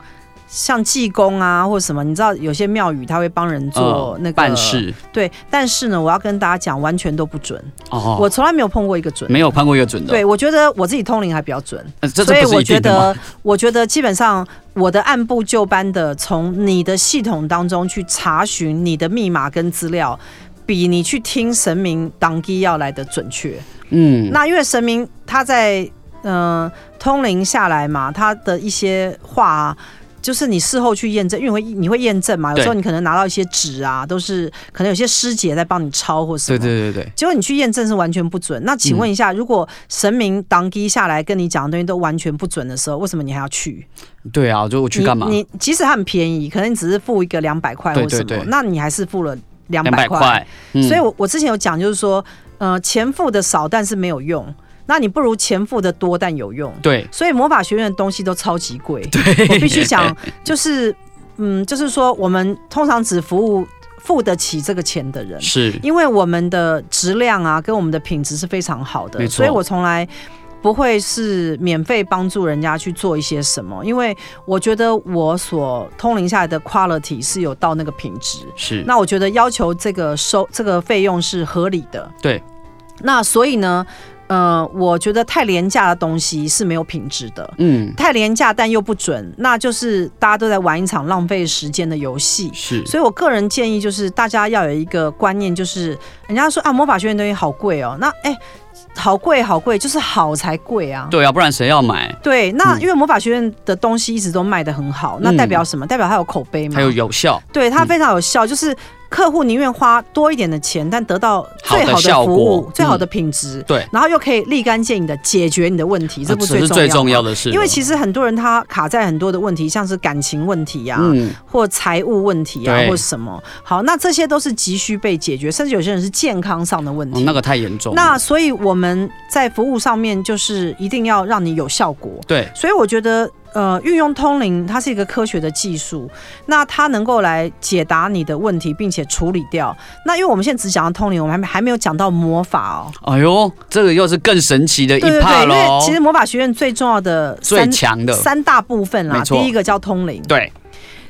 S2: 像济公啊，或者什么，你知道有些庙宇他会帮人做
S3: 嗯
S2: 那个、
S3: 办，事
S2: 对。但是呢，我要跟大家讲，完全都不准，
S3: 哦，
S2: 呃我从来没有碰过一个准。
S3: 没有判过一个准的。
S2: 对，我觉得我自己通灵还比较准。
S3: 呃，这
S2: 所
S3: 这
S2: 以
S3: 不是
S2: 我
S3: 一
S2: 觉
S3: 定的吗？
S2: 得，我觉得基本上我的按部就班的从你的系统当中去查询你的密码跟资料，比你去听神明当机要来的准确。
S3: 嗯，
S2: 那因为神明他在嗯、呃通灵下来嘛，他的一些话、啊。就是你事后去验证，因为你会你会验证嘛，有
S3: 对
S2: 时候你可能拿到一些纸啊，都是可能有些师姐在帮你抄或什么
S3: 对。对对对，
S2: 结果你去验证是完全不准。那请问
S3: 嗯
S2: 一下，如果神明当机下来跟你讲的东西都完全不准的时候，为什么你还要去？
S3: 对啊，就我去干嘛？
S2: 你你即使它很便宜，可能你只是付一个两百块或
S3: 对
S2: 什么，
S3: 对对
S2: 那你还是付了两
S3: 两
S2: 百
S3: 百
S2: 块。
S3: 块，嗯
S2: 所以我我之前有讲，就是说，呃，钱付的少，但是没有用。那你不如钱付的多但有用。
S3: 对
S2: 所以魔法学院的东西都超级贵，
S3: 对，
S2: 我必须 讲，就是嗯，就是说我们通常只服务付得起这个钱的人，
S3: 是
S2: 因为我们的质量啊跟我们的品质是非常好的
S3: 没，错
S2: 所以我从来。不会是免费帮助人家去做一些什么，因为我觉得我所通灵下来的 quality 是有到那个品质，
S3: 是，
S2: 那我觉得要求这个收这个费用是合理的。
S3: 对。
S2: 那所以呢，呃，我觉得太廉价的东西是没有品质的，
S3: 嗯
S2: 太廉价但又不准，那就是大家都在玩一场浪费时间的游戏。
S3: 是
S2: 所以我个人建议就是大家要有一个观念，就是人家说啊，魔法学院东西好贵哦，那哎。好贵，好贵，就是好才贵啊！
S3: 对啊，不然谁要买？
S2: 对，那
S3: 嗯
S2: 因为魔法学院的东西一直都卖得很好，那
S3: 嗯
S2: 代表什么？代表它有口碑嘛？
S3: 还有有效，
S2: 对啊它
S3: 嗯
S2: 非常有效，就是客户宁愿花多一点的钱，但得到最
S3: 好
S2: 好
S3: 的
S2: 的
S3: 效
S2: 服
S3: 果
S2: 务、最好
S3: 嗯
S2: 的品质，
S3: 对呃
S2: 然后又可以立竿见影的解决你的问题，这不
S3: 啊这
S2: 最
S3: 是
S2: 重要
S3: 最重要
S2: 吗。
S3: 的事了，
S2: 因为其实很多人他卡在很多的问题，像是感情问题啊呀、
S3: 嗯
S2: 或财务问题啊，
S3: 对
S2: 或什么。好，那这些都是急需被解决，甚至有些人是健康上的问
S3: 哦
S2: 题。
S3: 那个太严重了，
S2: 那所以我们在服务上面就是一定要让你有效果。
S3: 对
S2: 所以我觉得，呃，运用通灵它是一个科学的技术，那它能够来解答你的问题，并且处理掉。那因为我们现在只讲到通灵，我们还没还没有讲到魔法哦。
S3: 哎呦，这个又是更神奇的一
S2: 对对对，
S3: 趴
S2: 因为
S3: 喽，
S2: 其实魔法学院最重要的
S3: 最
S2: 三
S3: 强的，
S2: 三大部分啦
S3: 没，错
S2: 第一个叫通灵，
S3: 对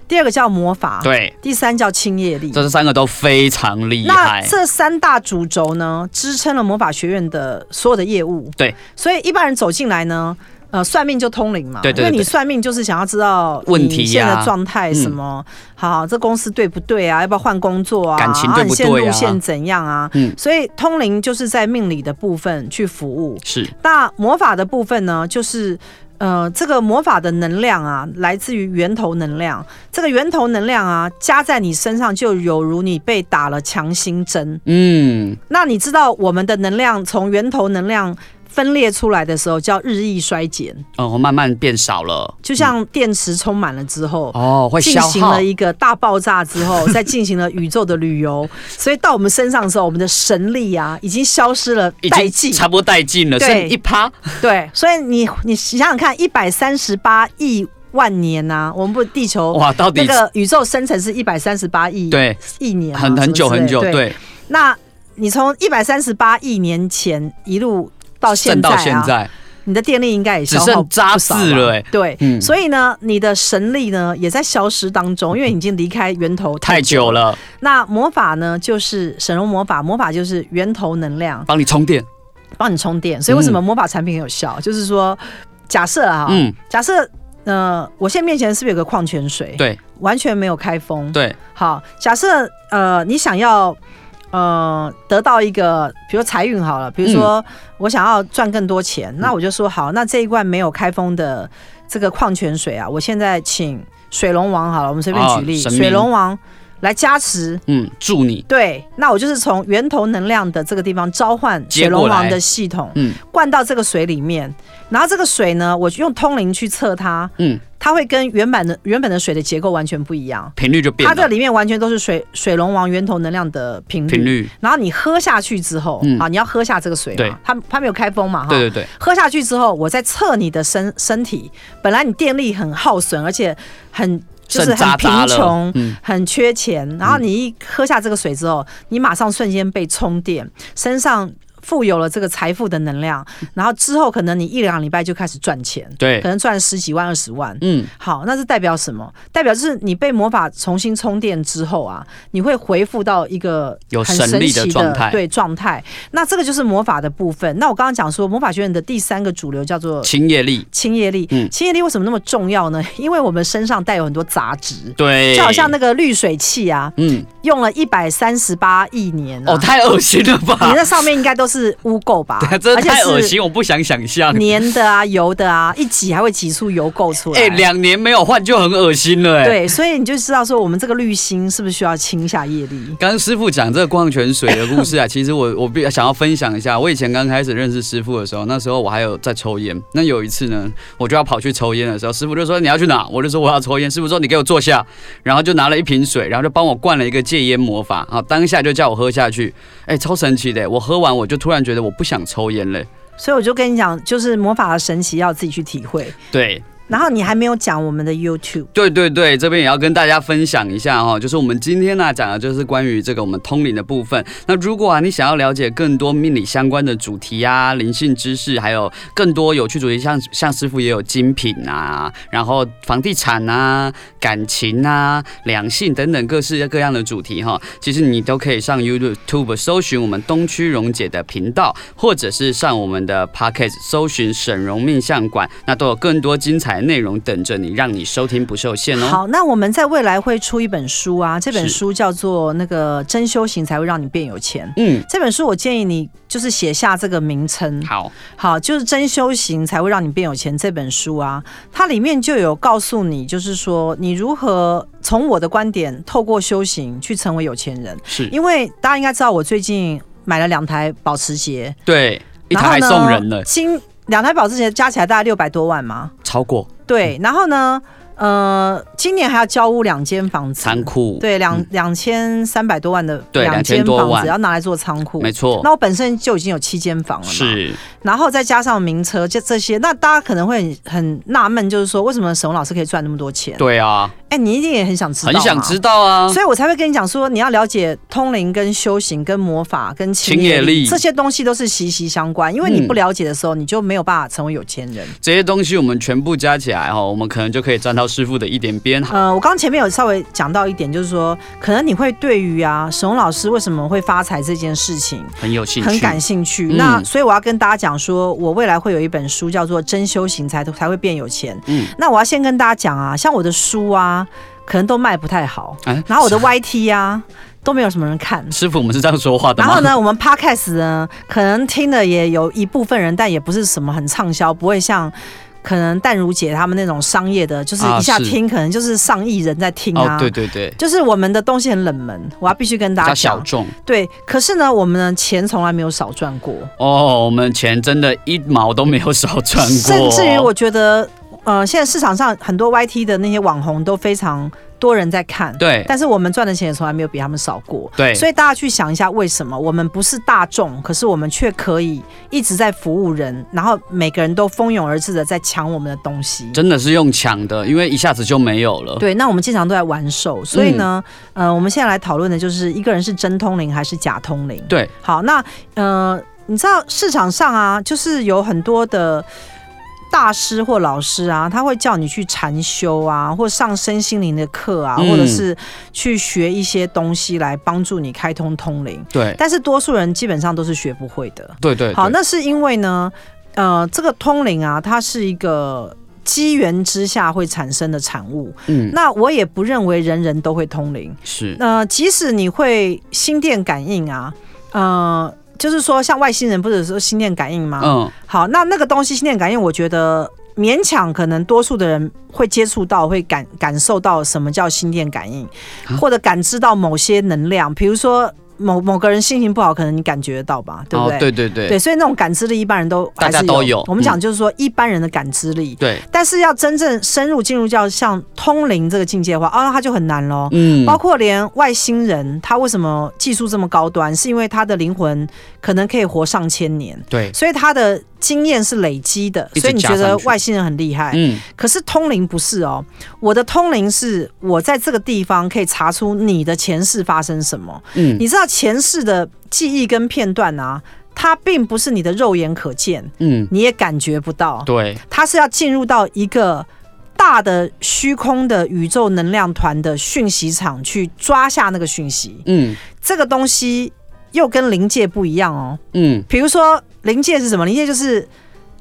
S2: 第二个叫魔法，
S3: 对，
S2: 第三叫清业力。
S3: 这三个都非常厉
S2: 那
S3: 害，
S2: 这三大主轴呢，支撑了魔法学院的所有的业务。
S3: 对，
S2: 所以一般人走进来呢，呃，算命就通灵嘛，
S3: 对对对
S2: 因为你算命就是想要知道
S3: 问
S2: 你
S3: 题
S2: 现在
S3: 呀嗯
S2: 的状态什么，好，这公司对不对啊？要不要换工作啊？
S3: 感情对
S2: 你
S3: 不对啊
S2: 现在路线怎样啊？
S3: 嗯
S2: 所以通灵就是在命理的部分去服务。
S3: 是
S2: 那魔法的部分呢，就是。呃，这个魔法的能量啊，来自于源头能量。啊这个源头能量啊，加在你身上，就有如你被打了强心针。
S3: 嗯
S2: 那你知道我们的能量从源头能量分裂出来的时候，叫日益衰减，
S3: 哦，慢慢变少了，
S2: 就像电池充满了之后。
S3: 哦会
S2: 进
S3: 消
S2: 行
S3: 耗
S2: 了，一个大爆炸之后，再进行了宇宙的旅游，所以到我们身上的时候，我们的神力啊已经消失了
S3: 已
S2: 殆尽
S3: 经。差不多殆尽了，
S2: 对
S3: 剩一趴，
S2: 对，所以你你想想看，一百三十八亿万年呐、我们不地球
S3: 哇，到
S2: 那
S3: 底
S2: 个宇宙生成是一百三十八亿
S3: 对
S2: 亿年啊，
S3: 很很久
S2: 什么之类对
S3: 很久，对，
S2: 那你从一百三十八亿年前一路到现
S3: 剩
S2: 在、啊，
S3: 到现在，
S2: 你的电力应该也
S3: 只
S2: 消耗
S3: 剩渣
S2: 不少
S3: 滓
S2: 吧
S3: 了欸
S2: 对，
S3: 嗯
S2: 所以呢，你的神力呢也在消失当中，因为你已经离开源头
S3: 太久。了，
S2: 那魔法呢，就是神龙魔法，魔法就是源头能量
S3: 帮你充电，
S2: 帮你充电，所以为什么魔法产品很有效？就是说，假设啊，
S3: 嗯，
S2: 假设。呃，我现在面前是不是有个矿泉水？
S3: 对，
S2: 完全没有开封。
S3: 对，
S2: 好，假设呃，你想要呃得到一个，比如说财运好了，比如
S3: 嗯
S2: 说我想要赚更多钱，那我就说好，那这一罐没有开封的这个矿泉水啊，我现在请水龙王好了，我们随便
S3: 哦
S2: 举例，
S3: 神明
S2: 水龙王来加持。
S3: 嗯，祝你，
S2: 对，那我就是从源头能量的这个地方召唤
S3: 接
S2: 水
S3: 过
S2: 龙
S3: 来
S2: 王的系统，
S3: 嗯
S2: 灌到这个水里面，然后这个水呢，我用通灵去测它，
S3: 嗯，
S2: 它会跟原版的原本的水的结构完全不一样。
S3: 频率就变
S2: 它这
S3: 了，
S2: 里面完全都是水水龙王源头能量的频率，
S3: 频率，
S2: 然后你喝下去之后，
S3: 嗯
S2: 啊，你要喝下这个水
S3: 对
S2: 嘛，它它没有开封嘛，哈。
S3: 对对对，
S2: 喝下去之后，我再测你的身身体，本来你电力很耗损，而且很就是
S3: 剩渣
S2: 很贫
S3: 渣了
S2: 穷，，
S3: 嗯，
S2: 很缺钱。然后你一喝下这个水之后，你马上瞬间被充电，身上富有了这个财富的能量，然后之后可能你一两礼拜就开始赚钱，
S3: 嗯对
S2: 可，能赚十几万、二十万。
S3: 嗯，
S2: 好，那是代表什么？代表就是你被魔法重新充电之后啊，你会回复到一个
S3: 有
S2: 很
S3: 神
S2: 神
S3: 力的
S2: 奇
S3: 状态
S2: 对状态。那这个就是魔法的部分。那我刚刚讲说，魔法学院的第三个主流叫做
S3: 清业力，
S2: 清业力。
S3: 嗯
S2: 清业力为什么那么重要呢？因为我们身上带有很多杂质，
S3: 对，
S2: 就好像那个滤水器啊，
S3: 嗯，
S2: 用了一百三十八亿年、啊。
S3: 哦，太恶心了吧！？
S2: 你那上面应该都是污垢吧
S3: 啊真的太恶
S2: 而且
S3: 心，我不想想象
S2: 是。粘的啊、油的啊，一挤还会挤出油垢出来。
S3: 哎，两年没有换就很恶心了，哎。
S2: 对，所以你就知道说我们这个滤芯是不是需要清一下业力？
S3: 刚刚师傅讲这个矿泉水的故事啊， 其实我我比较想要分享一下。我以前刚开始认识师傅的时候，那时候我还有在抽烟。那有一次呢，我就要跑去抽烟的时候，师傅就说你要去哪？我就说我要抽烟。师傅说你给我坐下，然后就拿了一瓶水，然后就帮我灌了一个戒烟魔法啊，当下就叫我喝下去。哎，超神奇的！我喝完我就突然觉得我不想抽烟嘞。
S2: 所以我就跟你讲，就是魔法的神奇要自己去体会。
S3: 对，
S2: 然后你还没有讲我们的 YouTube，
S3: 对对对，这边也要跟大家分享一下哈、就是我们今天呢、讲的就是关于这个我们通灵的部分。那如果啊你想要了解更多命理相关的主题啊、灵性知识，还有更多有趣主题，像像师傅也有精品啊，然后房地产啊、感情啊、两性等等各式各样的主题哈、其实你都可以上 YouTube 搜寻我们东区荣姐的频道，或者是上我们的 Podcast 搜寻沈荣命相馆，那都有更多精彩内容等着你，让你收听不受限哦。
S2: 好，那我们在未来会出一本书啊，这本书叫做《那个真修行才会让你变有钱》。
S3: 嗯，
S2: 这本书我建议你就是写下这个名称，
S3: 好，
S2: 好，就是真修行才会让你变有钱这本书啊，它里面就有告诉你，就是说你如何从我的观点，透过修行去成为有钱人。
S3: 是
S2: 因为大家应该知道，我最近买了两台保时捷，
S3: 对，一
S2: 然
S3: 台
S2: 后
S3: 还
S2: 呢
S3: 送人了，
S2: 新两台保时捷加起来大概六百多万嘛。
S3: 超过
S2: 对，然后呢，呃，今年还要交屋两间房子，
S3: 残酷，
S2: 对，两
S3: 嗯
S2: 两千三百多万的
S3: 对
S2: 两
S3: 2000
S2: 间
S3: 多
S2: 房
S3: 万
S2: 子要拿来做仓库
S3: 没。错
S2: 那，我本身就已经有七间房了嘛，，
S3: 是
S2: 然后再加上名车，这这些，那大家可能会很很纳闷，就是说为什么沈宏老师可以赚那么多钱？
S3: 对啊，
S2: 哎，你一定也很想知道，
S3: 很想知，道啊，
S2: 所以我才会跟你讲说，你要了解通灵、跟修行、跟魔法、跟亲
S3: 亲业
S2: 业力
S3: 力
S2: 这些东西都是息息相关，因为你
S3: 嗯
S2: 不了解的时候，你就没有办法成为有钱人。
S3: 这些东西我们全部加起来哈、我们可能就可以站到师傅的一点边。
S2: 呃，我刚前面有稍微讲到一点，就是说，可能你会对于啊沈宏老师为什么会发财这件事情
S3: 很有兴趣，
S2: 很感兴趣。
S3: 嗯
S2: 那所以我要跟大家讲说，我未来会有一本书叫做《真修行才才会变有钱》。
S3: 嗯
S2: 那我要先跟大家讲啊，像我的书啊，可能都卖不太好，
S3: 哎
S2: 然后我的 YT 啊都没有什么人 看。
S3: 师傅，我们是这样说话的
S2: 然
S3: 吗？
S2: 后呢，我们 podcast 呢，可能听的也有一部分人，但也不是什么很畅销，不会像可能淡如姐他们那种商业的，就是
S3: 啊
S2: 一下
S3: 是
S2: 听，可能就是上亿人在听啊。
S3: 哦，对对对，
S2: 就是我们的东西很冷门，我要必须跟
S3: 比
S2: 大
S3: 较
S2: 家
S3: 小
S2: 讲。
S3: 众
S2: 对，可是呢，我们的钱从来没有少赚过，
S3: 哦，我们钱真的一毛都没有少赚过，
S2: 甚至于我觉得，呃，现在市场上很多 YT 的那些网红都非常多人在看，
S3: 对
S2: 但是我们赚的钱也从来没有比他们少过。
S3: 对，
S2: 所以大家去想一下，为什么我们不是大众，可是我们却可以一直在服务人，然后每个人都蜂拥而至的在抢我们的东西。
S3: 真的是用抢的，因为一下子就没有了。
S2: 对，那我们经常都在玩手，所以呢，
S3: 嗯
S2: 呃，我们现在来讨论的就是一个人是真通灵还是假通灵。
S3: 对，
S2: 好，那呃，你知道市场上啊，就是有很多的大师或老师啊，他会叫你去禅修啊，或上身心灵的课啊，
S3: 嗯
S2: 或者是去学一些东西来帮助你开通通灵，
S3: 对
S2: 但是多数人基本上都是学不会的。
S3: 对对，
S2: 好，
S3: 对
S2: 那是因为呢，呃，这个通灵啊，它是一个机缘之下会产生的产物。
S3: 嗯
S2: 那我也不认为人人都会通灵。
S3: 是
S2: 呃，即使你会心电感应啊，呃，就是说像外星人不是说心电感应吗？
S3: 嗯
S2: 好，那那个东西心电感应，我觉得勉强可能多数的人会接触到，会感感受到什么叫心电感应，
S3: 啊
S2: 或者感知到某些能量，比如说某某个人心情不好，可能你感觉得到吧，对不对？
S3: 哦对对对
S2: 对，所以那种感知力一般人都还是
S3: 大家都有
S2: 我们
S3: 嗯
S2: 讲就是说一般人的感知力，
S3: 对，
S2: 但是要真正深入进入到像通灵这个境界的话，啊，那它就很难喽。
S3: 嗯
S2: 包括连外星人，他为什么技术这么高端？是因为他的灵魂可能可以活上千年，
S3: 对，
S2: 所以他的经验是累积的。
S3: 一直
S2: 所以你觉
S3: 加
S2: 得
S3: 上去
S2: 外星人很厉害，
S3: 嗯
S2: 可是通灵不是哦。我的通灵是我在这个地方可以查出你的前世发生什么。
S3: 嗯
S2: 你知道前世的记忆跟片段啊，它并不是你的肉眼可见，
S3: 嗯，
S2: 你也感觉不到。
S3: 对，
S2: 它是要进入到一个大的虚空的宇宙能量团的讯息场去抓下那个讯息。
S3: 嗯
S2: 这个东西又跟灵界不一样哦。
S3: 嗯
S2: 比如说灵界是什么？灵界就是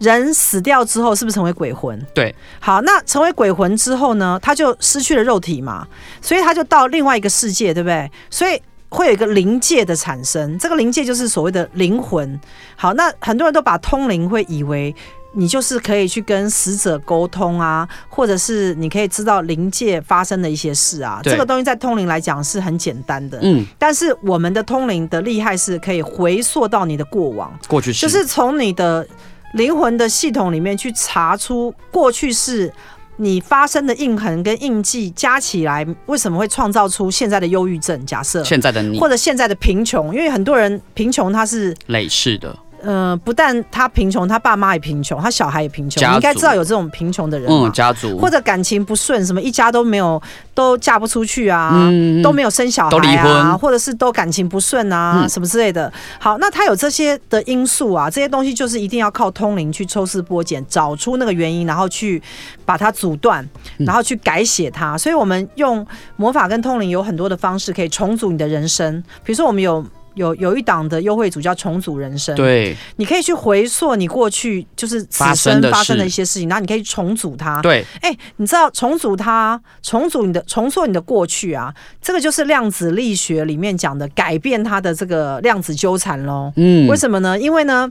S2: 人死掉之后是不是成为鬼魂？
S3: 对。
S2: 好，那成为鬼魂之后呢，他就失去了肉体嘛，所以他就到另外一个世界，对不对？所以。会有一个灵界的产生，这个灵界就是所谓的灵魂。好，那很多人都把通灵会以为你就是可以去跟死者沟通啊，或者是你可以知道灵界发生的一些事啊。
S3: 对
S2: 这个东西在通灵来讲是很简单的，
S3: 嗯，
S2: 但是我们的通灵的厉害是可以回溯到你的过往，
S3: 过去式
S2: 就是从你的灵魂的系统里面去查出过去是你发生的印痕跟印记加起来，为什么会创造出现在的忧郁症？假设
S3: 现在的你
S2: 或者现在的贫穷，因为很多人贫穷他是
S3: 累世的，
S2: 呃，不但他贫穷，他爸妈也贫穷，他小孩也贫穷。
S3: 家
S2: 你应该
S3: 族
S2: 知道有这种贫穷的人嘛
S3: 嗯，家族
S2: 或者感情不顺，什么一家都没有，都嫁不出去啊，
S3: 嗯
S2: 都没有生小孩、啊，
S3: 都离婚
S2: 或者是都感情不顺啊，
S3: 嗯
S2: 什么之类的。好，那他有这些的因素啊，这些东西就是一定要靠通灵去抽丝剥茧，找出那个原因，然后去把它阻断，
S3: 嗯
S2: 然后去改写它。所以我们用魔法跟通灵有很多的方式可以重组你的人生，比如说我们有。有有一档的优惠组叫重组人生，
S3: 对
S2: 你可以去回溯你过去就是此
S3: 发生
S2: 生
S3: 的
S2: 发生的
S3: 事
S2: 一些事情，然后你可以重组它，
S3: 对，
S2: 哎、你知道重组它，重组你的重塑你的过去啊，这个就是量子力学里面讲的改变它的这个量子纠缠喽。
S3: 嗯，
S2: 为什么呢？因为呢，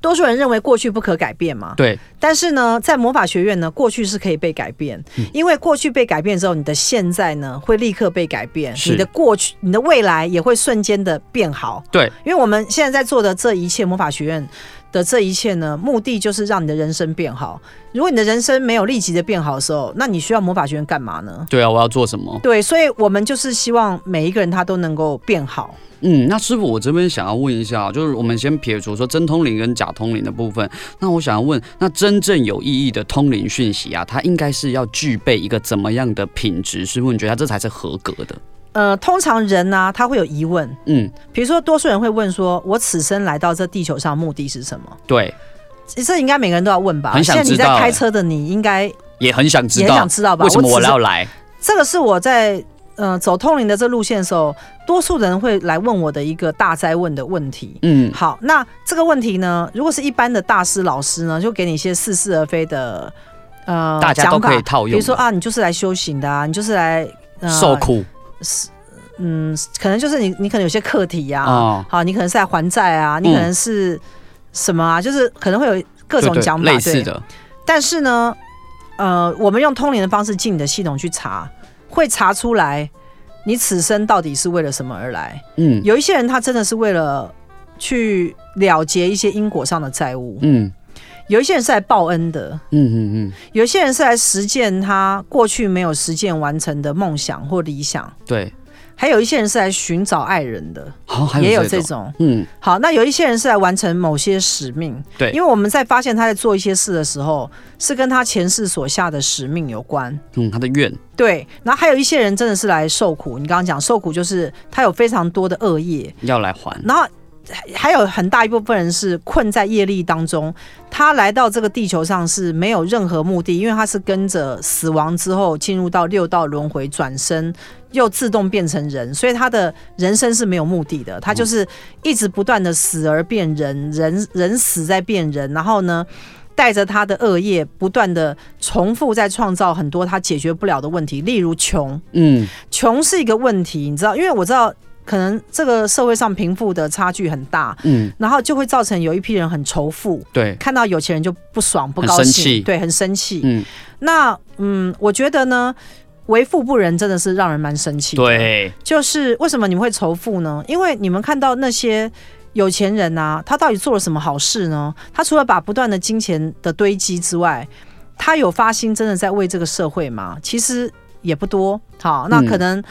S2: 多数人认为过去不可改变嘛，
S3: 对
S2: 但是呢，在魔法学院呢，过去是可以被改变，
S3: 嗯
S2: 因为过去被改变之后，你的现在呢会立刻被改变，
S3: 是
S2: 你的过去、你的未来也会瞬间的变好。
S3: 对，
S2: 因为我们现在在做的这一切魔法学院的这一切呢，目的就是让你的人生变好。如果你的人生没有立即的变好的时候，那你需要魔法学院干嘛呢？
S3: 对啊，我要做什么？
S2: 对，所以我们就是希望每一个人他都能够变好。
S3: 嗯，那师傅，我这边想要问一下，啊就是我们先撇除说真通灵跟假通灵的部分，那我想要问，那真正有意义的通灵讯息啊，它应该是要具备一个怎么样的品质？师傅，你觉得它这才是合格的？
S2: 呃，通常人呢、他会有疑问，
S3: 嗯，
S2: 比如说多数人会问说：“我此生来到这地球上目的是什么？”
S3: 对，
S2: 这应该每个人都要问吧？
S3: 很想
S2: 现在你
S3: 知道
S2: 在
S3: 欸
S2: 开车的你应该
S3: 也很想知
S2: 也
S3: 道
S2: 想知道吧？
S3: 哎为什么我
S2: 只是
S3: 要来？
S2: 这个是我在呃走通灵的这路线的时候，多数人会来问我的一个大灾问的问题。
S3: 嗯，
S2: 好，那这个问题呢，如果是一般的大师老师呢，就给你一些似是而非的呃
S3: 大家都
S2: 讲法
S3: 可以套用的
S2: 比如说啊，你就是来修行的啊，你就是来、呃
S3: 受苦
S2: 嗯，可能就是你你可能有些课题呀、啊，
S3: 哦，
S2: 好，你可能是来还债啊，你可能是什么啊，就是可能会有各种
S3: 嗯对对
S2: 讲法
S3: 类似
S2: 对
S3: 的，
S2: 但是呢，呃，我们用通灵的方式进你的系统去查，会查出来你此生到底是为了什么而来。
S3: 嗯
S2: 有一些人他真的是为了去了结一些因果上的债务，
S3: 嗯
S2: 有一些人是来报恩的，
S3: 嗯嗯嗯，
S2: 有一些人是来实践他过去没有实践完成的梦想或理想，
S3: 对，
S2: 还有一些人是来寻找爱人的，
S3: 好、还
S2: 也有
S3: 这
S2: 这
S3: 种，
S2: 种。
S3: 嗯，
S2: 好，那有一些人是来完成某些使命，
S3: 对
S2: 因为我们在发现他在做一些事的时候，是跟他前世所下的使命有关。
S3: 嗯，他的愿，
S2: 对，然后还有一些人真的是来受苦。你刚刚讲受苦，就是他有非常多的恶业，
S3: 要来还，
S2: 然后还还有很大一部分人是困在业力当中。他来到这个地球上是没有任何目的，因为他是跟着死亡之后进入到六道轮回，转生又自动变成人，所以他的人生是没有目的的。他就是一直不断的死而变人，人人死在变人，然后呢？带着他的恶业，不断的重复在创造很多他解决不了的问题，例如穷，
S3: 嗯，
S2: 穷是一个问题，你知道，因为我知道可能这个社会上贫富的差距很大，
S3: 嗯，
S2: 然后就会造成有一批人很仇富，
S3: 对，
S2: 看到有钱人就不爽、不高
S3: 很生气
S2: 兴，对，很生气。
S3: 嗯，
S2: 那嗯，我觉得呢，为富不仁真的是让人蛮生气。，
S3: 对，
S2: 就是为什么你们会仇富呢？因为你们看到那些。有钱人呐、他到底做了什么好事呢？他除了把不断的金钱的堆积之外，他有发心真的在为这个社会吗？其实也不多。好，那
S3: 嗯
S2: 可能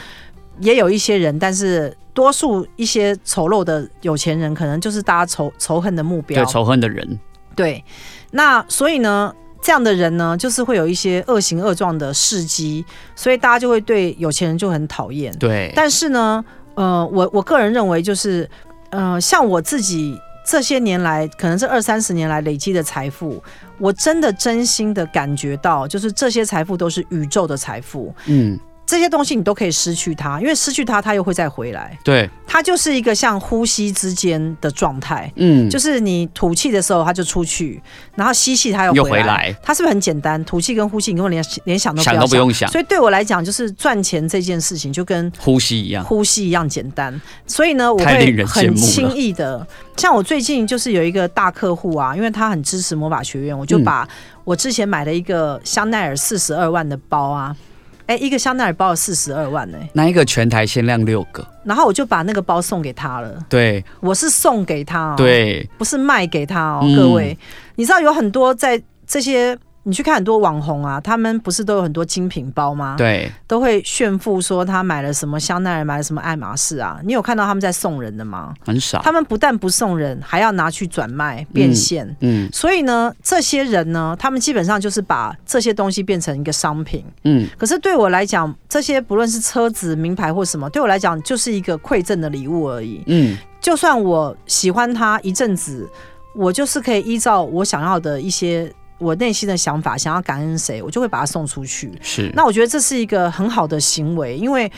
S2: 也有一些人，但是多数一些丑陋的有钱人，可能就是大家仇仇恨的目标
S3: 对，。仇恨的人，
S2: 对，那所以呢，这样的人呢，就是会有一些恶行恶状的事迹，所以大家就会对有钱人就很讨厌。
S3: 对，
S2: 但是呢，呃，我我个人认为就是，呃，像我自己这些年来，可能这二三十年来累积的财富，我真的真心的感觉到，就是这些财富都是宇宙的财富，
S3: 嗯，
S2: 这些东西你都可以失去它，因为失去它，它又会再回来，
S3: 对，
S2: 它就是一个像呼吸之间的状态。
S3: 嗯，
S2: 就是你吐气的时候，它就出去，然后吸气它又
S3: 又
S2: 回来，
S3: 回来
S2: 它是不是很简单？吐气跟呼吸，你根本连连想都不
S3: 想
S2: 要
S3: 都不用想，
S2: 所以对我来讲，就是赚钱这件事情，就跟
S3: 呼吸一样，
S2: 呼吸一样简单，所以呢，我
S3: 啊太令
S2: 会
S3: 人羡
S2: 很
S3: 慕了
S2: 轻易的。像我最近就是有一个大客户啊，因为他很支持魔法学院，我就
S3: 嗯
S2: 把我之前买了一个香奈儿四十二万的包啊，哎、一个香奈儿包四十二万呢、
S3: 那一个全台限量六个，
S2: 然后我就把那个包送给他了，
S3: 对
S2: 我是送给他、哦，，
S3: 对，
S2: 不是卖给他哦，
S3: 嗯
S2: 各位，你知道有很多在这些你去看很多网红啊，他们不是都有很多精品包吗？，
S3: 对，
S2: 都会炫富说他买了什么香奈儿，买了什么爱马仕啊。你有看到他们在送人的吗？
S3: 很少。
S2: 他们不但不送人，还要拿去转卖变现。
S3: 嗯
S2: 所以呢，这些人呢，他们基本上就是把这些东西变成一个商品。
S3: 嗯，
S2: 可是对我来讲，这些不论是车子、名牌或什么，对我来讲就是一个馈赠的礼物而已。
S3: 嗯，
S2: 就算我喜欢它一阵子，我就是可以依照我想要的一些我内心的想法，想要感恩谁，我就会把它送出去。
S3: 是。
S2: 那我觉得这是一个很好的行为，因为。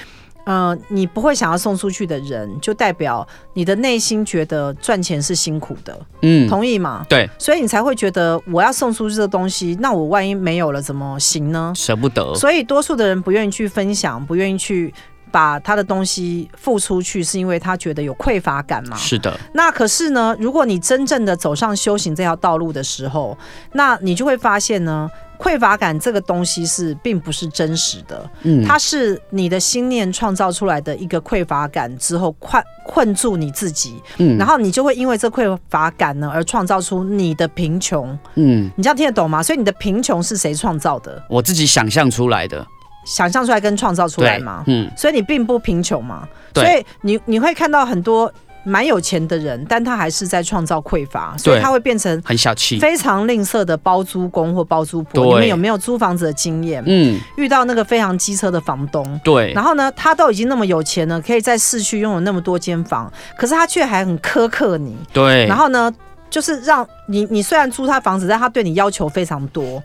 S2: 呃，你不会想要送出去的人，就代表你的内心觉得赚钱是辛苦的，
S3: 嗯，
S2: 同意吗？
S3: 对，
S2: 所以你才会觉得我要送出去这个东西，那我万一没有了怎么行呢？
S3: 舍不得。
S2: 所以多数的人不愿意去分享，不愿意去把他的东西付出去，是因为他觉得有匮乏感嘛。
S3: 是的，
S2: 那可是呢，如果你真正的走上修行这条道路的时候，那你就会发现呢，匮乏感这个东西是并不是真实的，
S3: 嗯，
S2: 它是你的心念创造出来的一个匮乏感之后困困住你自己，
S3: 嗯
S2: 然后你就会因为这匮乏感呢而创造出你的贫穷。
S3: 嗯，
S2: 你这样听得懂吗？所以你的贫穷是谁创造的？
S3: 我自己想象出来的，
S2: 想象出来跟创造出来
S3: 对
S2: 吗？
S3: 嗯，
S2: 所以你并不贫穷嘛。
S3: 对
S2: 所以你你会看到很多蛮有钱的人，但他还是在创造匮乏，所以
S3: 对
S2: 他会变成
S3: 很小气。
S2: 非常吝啬的包租公或包租婆。
S3: 对
S2: 你们有没有租房子的经验？
S3: 嗯，
S2: 遇到那个非常机车的房东。
S3: 对
S2: 然，后呢，他都已经那么有钱了，可以在市区拥有那么多间房，可是他却还很苛刻你。
S3: 对，
S2: 然后呢，就是让你你虽然租他房子，但他对你要求非常多，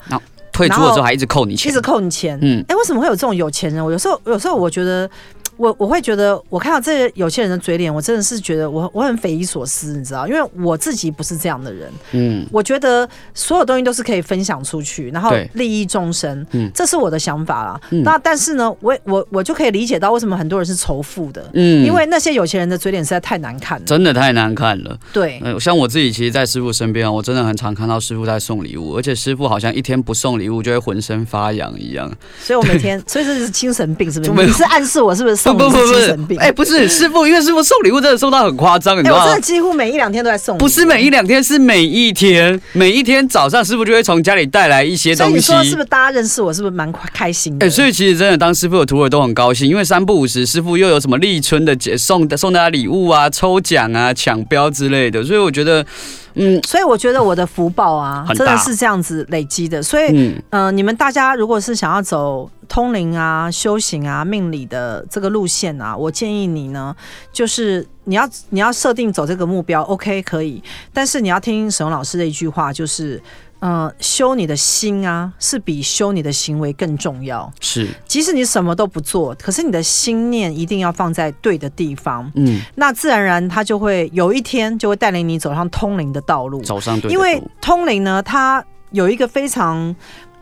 S3: 退出
S2: 然
S3: 了
S2: 后
S3: 之后还一直扣你
S2: 一
S3: 钱
S2: 直。扣你钱。
S3: 嗯，
S2: 哎、为什么会有这种有钱人？我有时候，有时候我觉得，我我会觉得，我看到这些有钱人的嘴脸，我真的是觉得我我很匪夷所思，你知道？因为我自己不是这样的人，
S3: 嗯，
S2: 我觉得所有东西都是可以分享出去，然后
S3: 对
S2: 利益众生，
S3: 嗯
S2: 这是我的想法啦。
S3: 嗯
S2: 那但是呢，我我我就可以理解到为什么很多人是仇富的。
S3: 嗯，
S2: 因为那些有钱人的嘴脸实在太难看了，
S3: 真的太难看了。
S2: 对，
S3: 呃，像我自己，其实，在师傅身边啊，我真的很常看到师傅在送礼物，而且师傅好像一天不送礼物就会浑身发痒一样。
S2: 所以我每天，所以这是精神病，是不
S3: 就没
S2: 是？
S3: 有
S2: 你是暗示我是不是
S3: 不
S2: 送
S3: 不
S2: 你
S3: 不
S2: 是精神
S3: 不
S2: 病？
S3: 是，哎，不是师傅，因为师傅送礼物真的送到很夸张，你
S2: 哎
S3: 知道
S2: 我真
S3: 吗
S2: 的？几乎每一两天都在送礼，
S3: 不是每一两天，是每一天，每一天早上师傅就会从家里带来一些
S2: 所以
S3: 东
S2: 你
S3: 西
S2: 说。是不是大家认识我是不是蛮快开心的？
S3: 哎、所以其实真的，当师傅的徒儿都很高兴，因为三不五时，师傅又有什么立春的节送送大家礼物啊、抽奖啊、抢标之类的，所以我觉得，嗯
S2: 所以我觉得我的福报啊，
S3: 很
S2: 真
S3: 大
S2: 的是这样子累积的。所以，
S3: 嗯，
S2: 呃，你们大家如果是想要走通灵啊、修行啊、命理的这个路线啊，我建议你呢，就是你要你要设定走这个目标，OK 可以，但是你要听沈老师的一句话，就是。呃，修你的心啊，是比修你的行为更重要。
S3: 是，
S2: 即使你什么都不做，可是你的心念一定要放在对的地方。
S3: 嗯，
S2: 那自然而然它就会有一天就会带领你走上通灵的道路。
S3: 走上对的
S2: 因
S3: 路，
S2: 为通灵呢，它有一个非常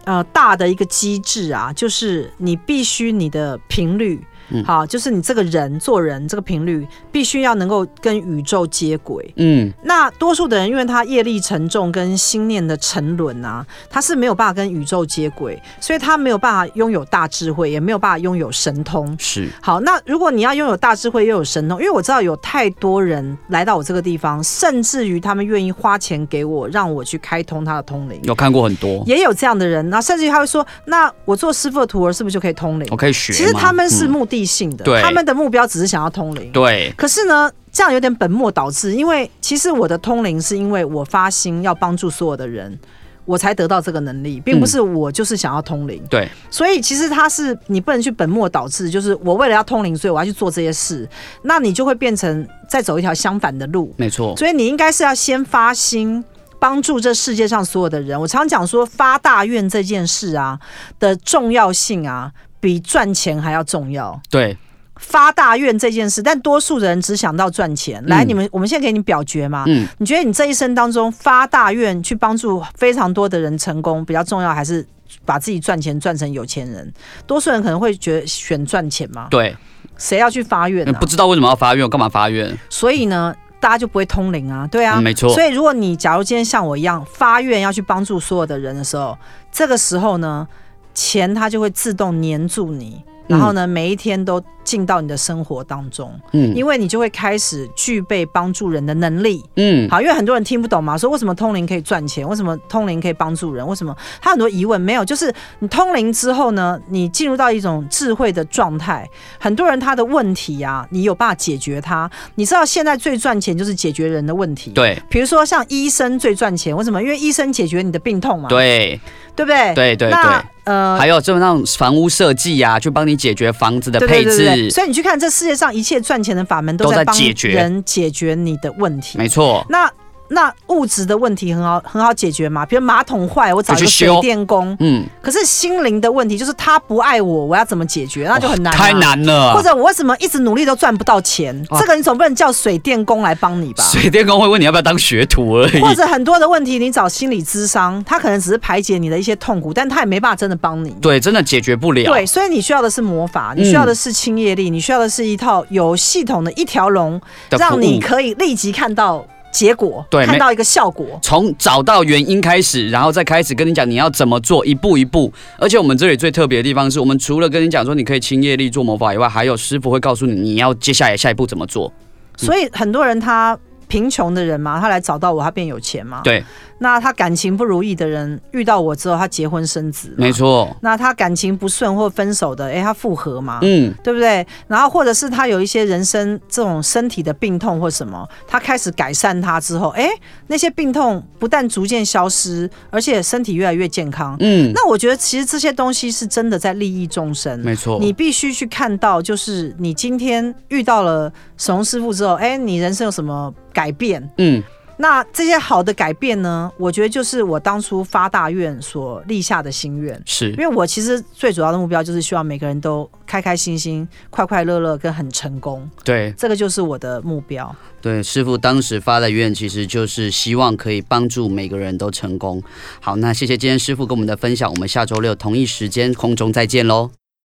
S2: 呃大的一个机制啊，就是你必须你的频率。
S3: 嗯
S2: 好，就是你这个人做人这个频率必须要能够跟宇宙接轨。
S3: 嗯，
S2: 那多数的人因为他业力沉重跟心念的沉沦啊，他是没有办法跟宇宙接轨，所以他没有办法拥有大智慧，也没有办法拥有神通。
S3: 是，
S2: 好，那如果你要拥有大智慧又有神通，因为我知道有太多人来到我这个地方，甚至于他们愿意花钱给我，让我去开通他的通灵，
S3: 有看过很多，
S2: 也有这样的人。那甚至于他会说，那我做师傅的徒儿是不是就可以通灵
S3: 我？可以学吗。
S2: 其实他们是
S3: 嗯
S2: 目的性的，
S3: 对
S2: 他们的目标只是想要通灵。
S3: 对，
S2: 可是呢，这样有点本末倒置，因为其实我的通灵是因为我发心要帮助所有的人。我才得到这个能力，并不是我就是想要通灵。
S3: 对，
S2: 所以其实它是你不能去本末倒置，就是我为了要通灵，所以我要去做这些事，那你就会变成再走一条相反的路。
S3: 没错，
S2: 所以你应该是要先发心。帮助这世界上所有的人，我常讲说发大愿这件事啊的重要性啊，比赚钱还要重要。
S3: 对，
S2: 发大愿这件事，但多数人只想到赚钱。来，
S3: 嗯
S2: 你们，我们现在给你表决嘛？
S3: 嗯，
S2: 你觉得你这一生当中发大愿去帮助非常多的人成功比较重要，还是把自己赚钱赚成有钱人？多数人可能会觉得选赚钱嘛，
S3: 对，嗯
S2: 谁要去发愿呢、啊
S3: 不知道为什么要发愿，我干嘛发愿？
S2: 所以呢，大家就不会通灵啊，对啊，
S3: 嗯没错
S2: 所以如果你假如今天像我一样发愿要去帮助所有的人的时候，这个时候呢，钱它就会自动黏住你。然后呢，每一天都进到你的生活当中，
S3: 嗯
S2: 因为你就会开始具备帮助人的能力。
S3: 嗯，
S2: 好，因为很多人听不懂嘛，说为什么通灵可以赚钱？为什么通灵可以帮助人？为什么他很多疑问没有？就是你通灵之后呢，你进入到一种智慧的状态，很多人他的问题啊，你有办法解决他。你知道现在最赚钱就是解决人的问题，，
S3: 对
S2: 比如说像医生最赚钱，为什么？因为医生解决你的病痛嘛，
S3: 对
S2: 对不对？
S3: 对对对
S2: 那。呃，
S3: 还有这种那种房屋设计呀、去帮你解决房子的
S2: 对
S3: 配
S2: 对
S3: 置，
S2: 对对对，所以你去看这世界上一切赚钱的法门，
S3: 都在
S2: 在帮
S3: 解决
S2: 人解决你的问题。
S3: 没错，
S2: 那那物质的问题很好很好解决嘛，比如马桶坏，我找一
S3: 就
S2: 个
S3: 去修
S2: 水电工。
S3: 嗯，
S2: 可是心灵的问题就是他不爱我，我要怎么解决？那就很难、啊
S3: 哇太。难了。
S2: 或者我为什么一直努力都赚不到钱？
S3: 哇
S2: 这个你总不能叫水电工来帮你吧？
S3: 水电工会问你要不要当学徒而已，
S2: 或者很多的问题，你找心理咨商，他可能只是排解你的一些痛苦，但他也没办法真的帮你。
S3: 对，啊嗯真的解决不了。
S2: 对，所以你需要的是魔法，你需要的是清业力，你需要的是一套有系统的一条龙，
S3: 的服务
S2: 让你可以立即看到结果，
S3: 对没
S2: 看到一个效果。
S3: 从找到原因开始，然后再开始跟你讲你要怎么做，一步一步。而且我们这里最特别的地方是，我们除了跟你讲说你可以清业力做魔法以外，还有师傅会告诉你你要接下来下一步怎么做。
S2: 所以很多人他贫穷的人嘛，他来找到我，他变有钱嘛。。
S3: 对，
S2: 那他感情不如意的人遇到我之后，他结婚生子。
S3: 没。错，
S2: 那他感情不顺或分手的，诶，他复合嘛。
S3: 嗯，
S2: 对不对？然后或者是他有一些人生这种身体的病痛或什么，他开始改善他之后，诶，那些病痛不但逐渐消失，而且身体越来越健康。
S3: 嗯，
S2: 那我觉得其实这些东西是真的在利益众生。
S3: 没错，
S2: 你必须去看到，就是你今天遇到了沈龙师傅之后，哎、你人生有什么改变？
S3: 嗯，
S2: 那这些好的改变呢？我觉得就是我当初发大愿所立下的心愿。
S3: 是
S2: 因，为我其实最主要的目标就是希望每个人都开开心心、快快乐乐跟很成功，
S3: 对
S2: 这个就是我的目标。
S3: 对，师傅当时发的愿其实就是希望可以帮助每个人都成功。好，那谢谢今天师傅跟我们的分享，我们下周六同一时间空中再见喽。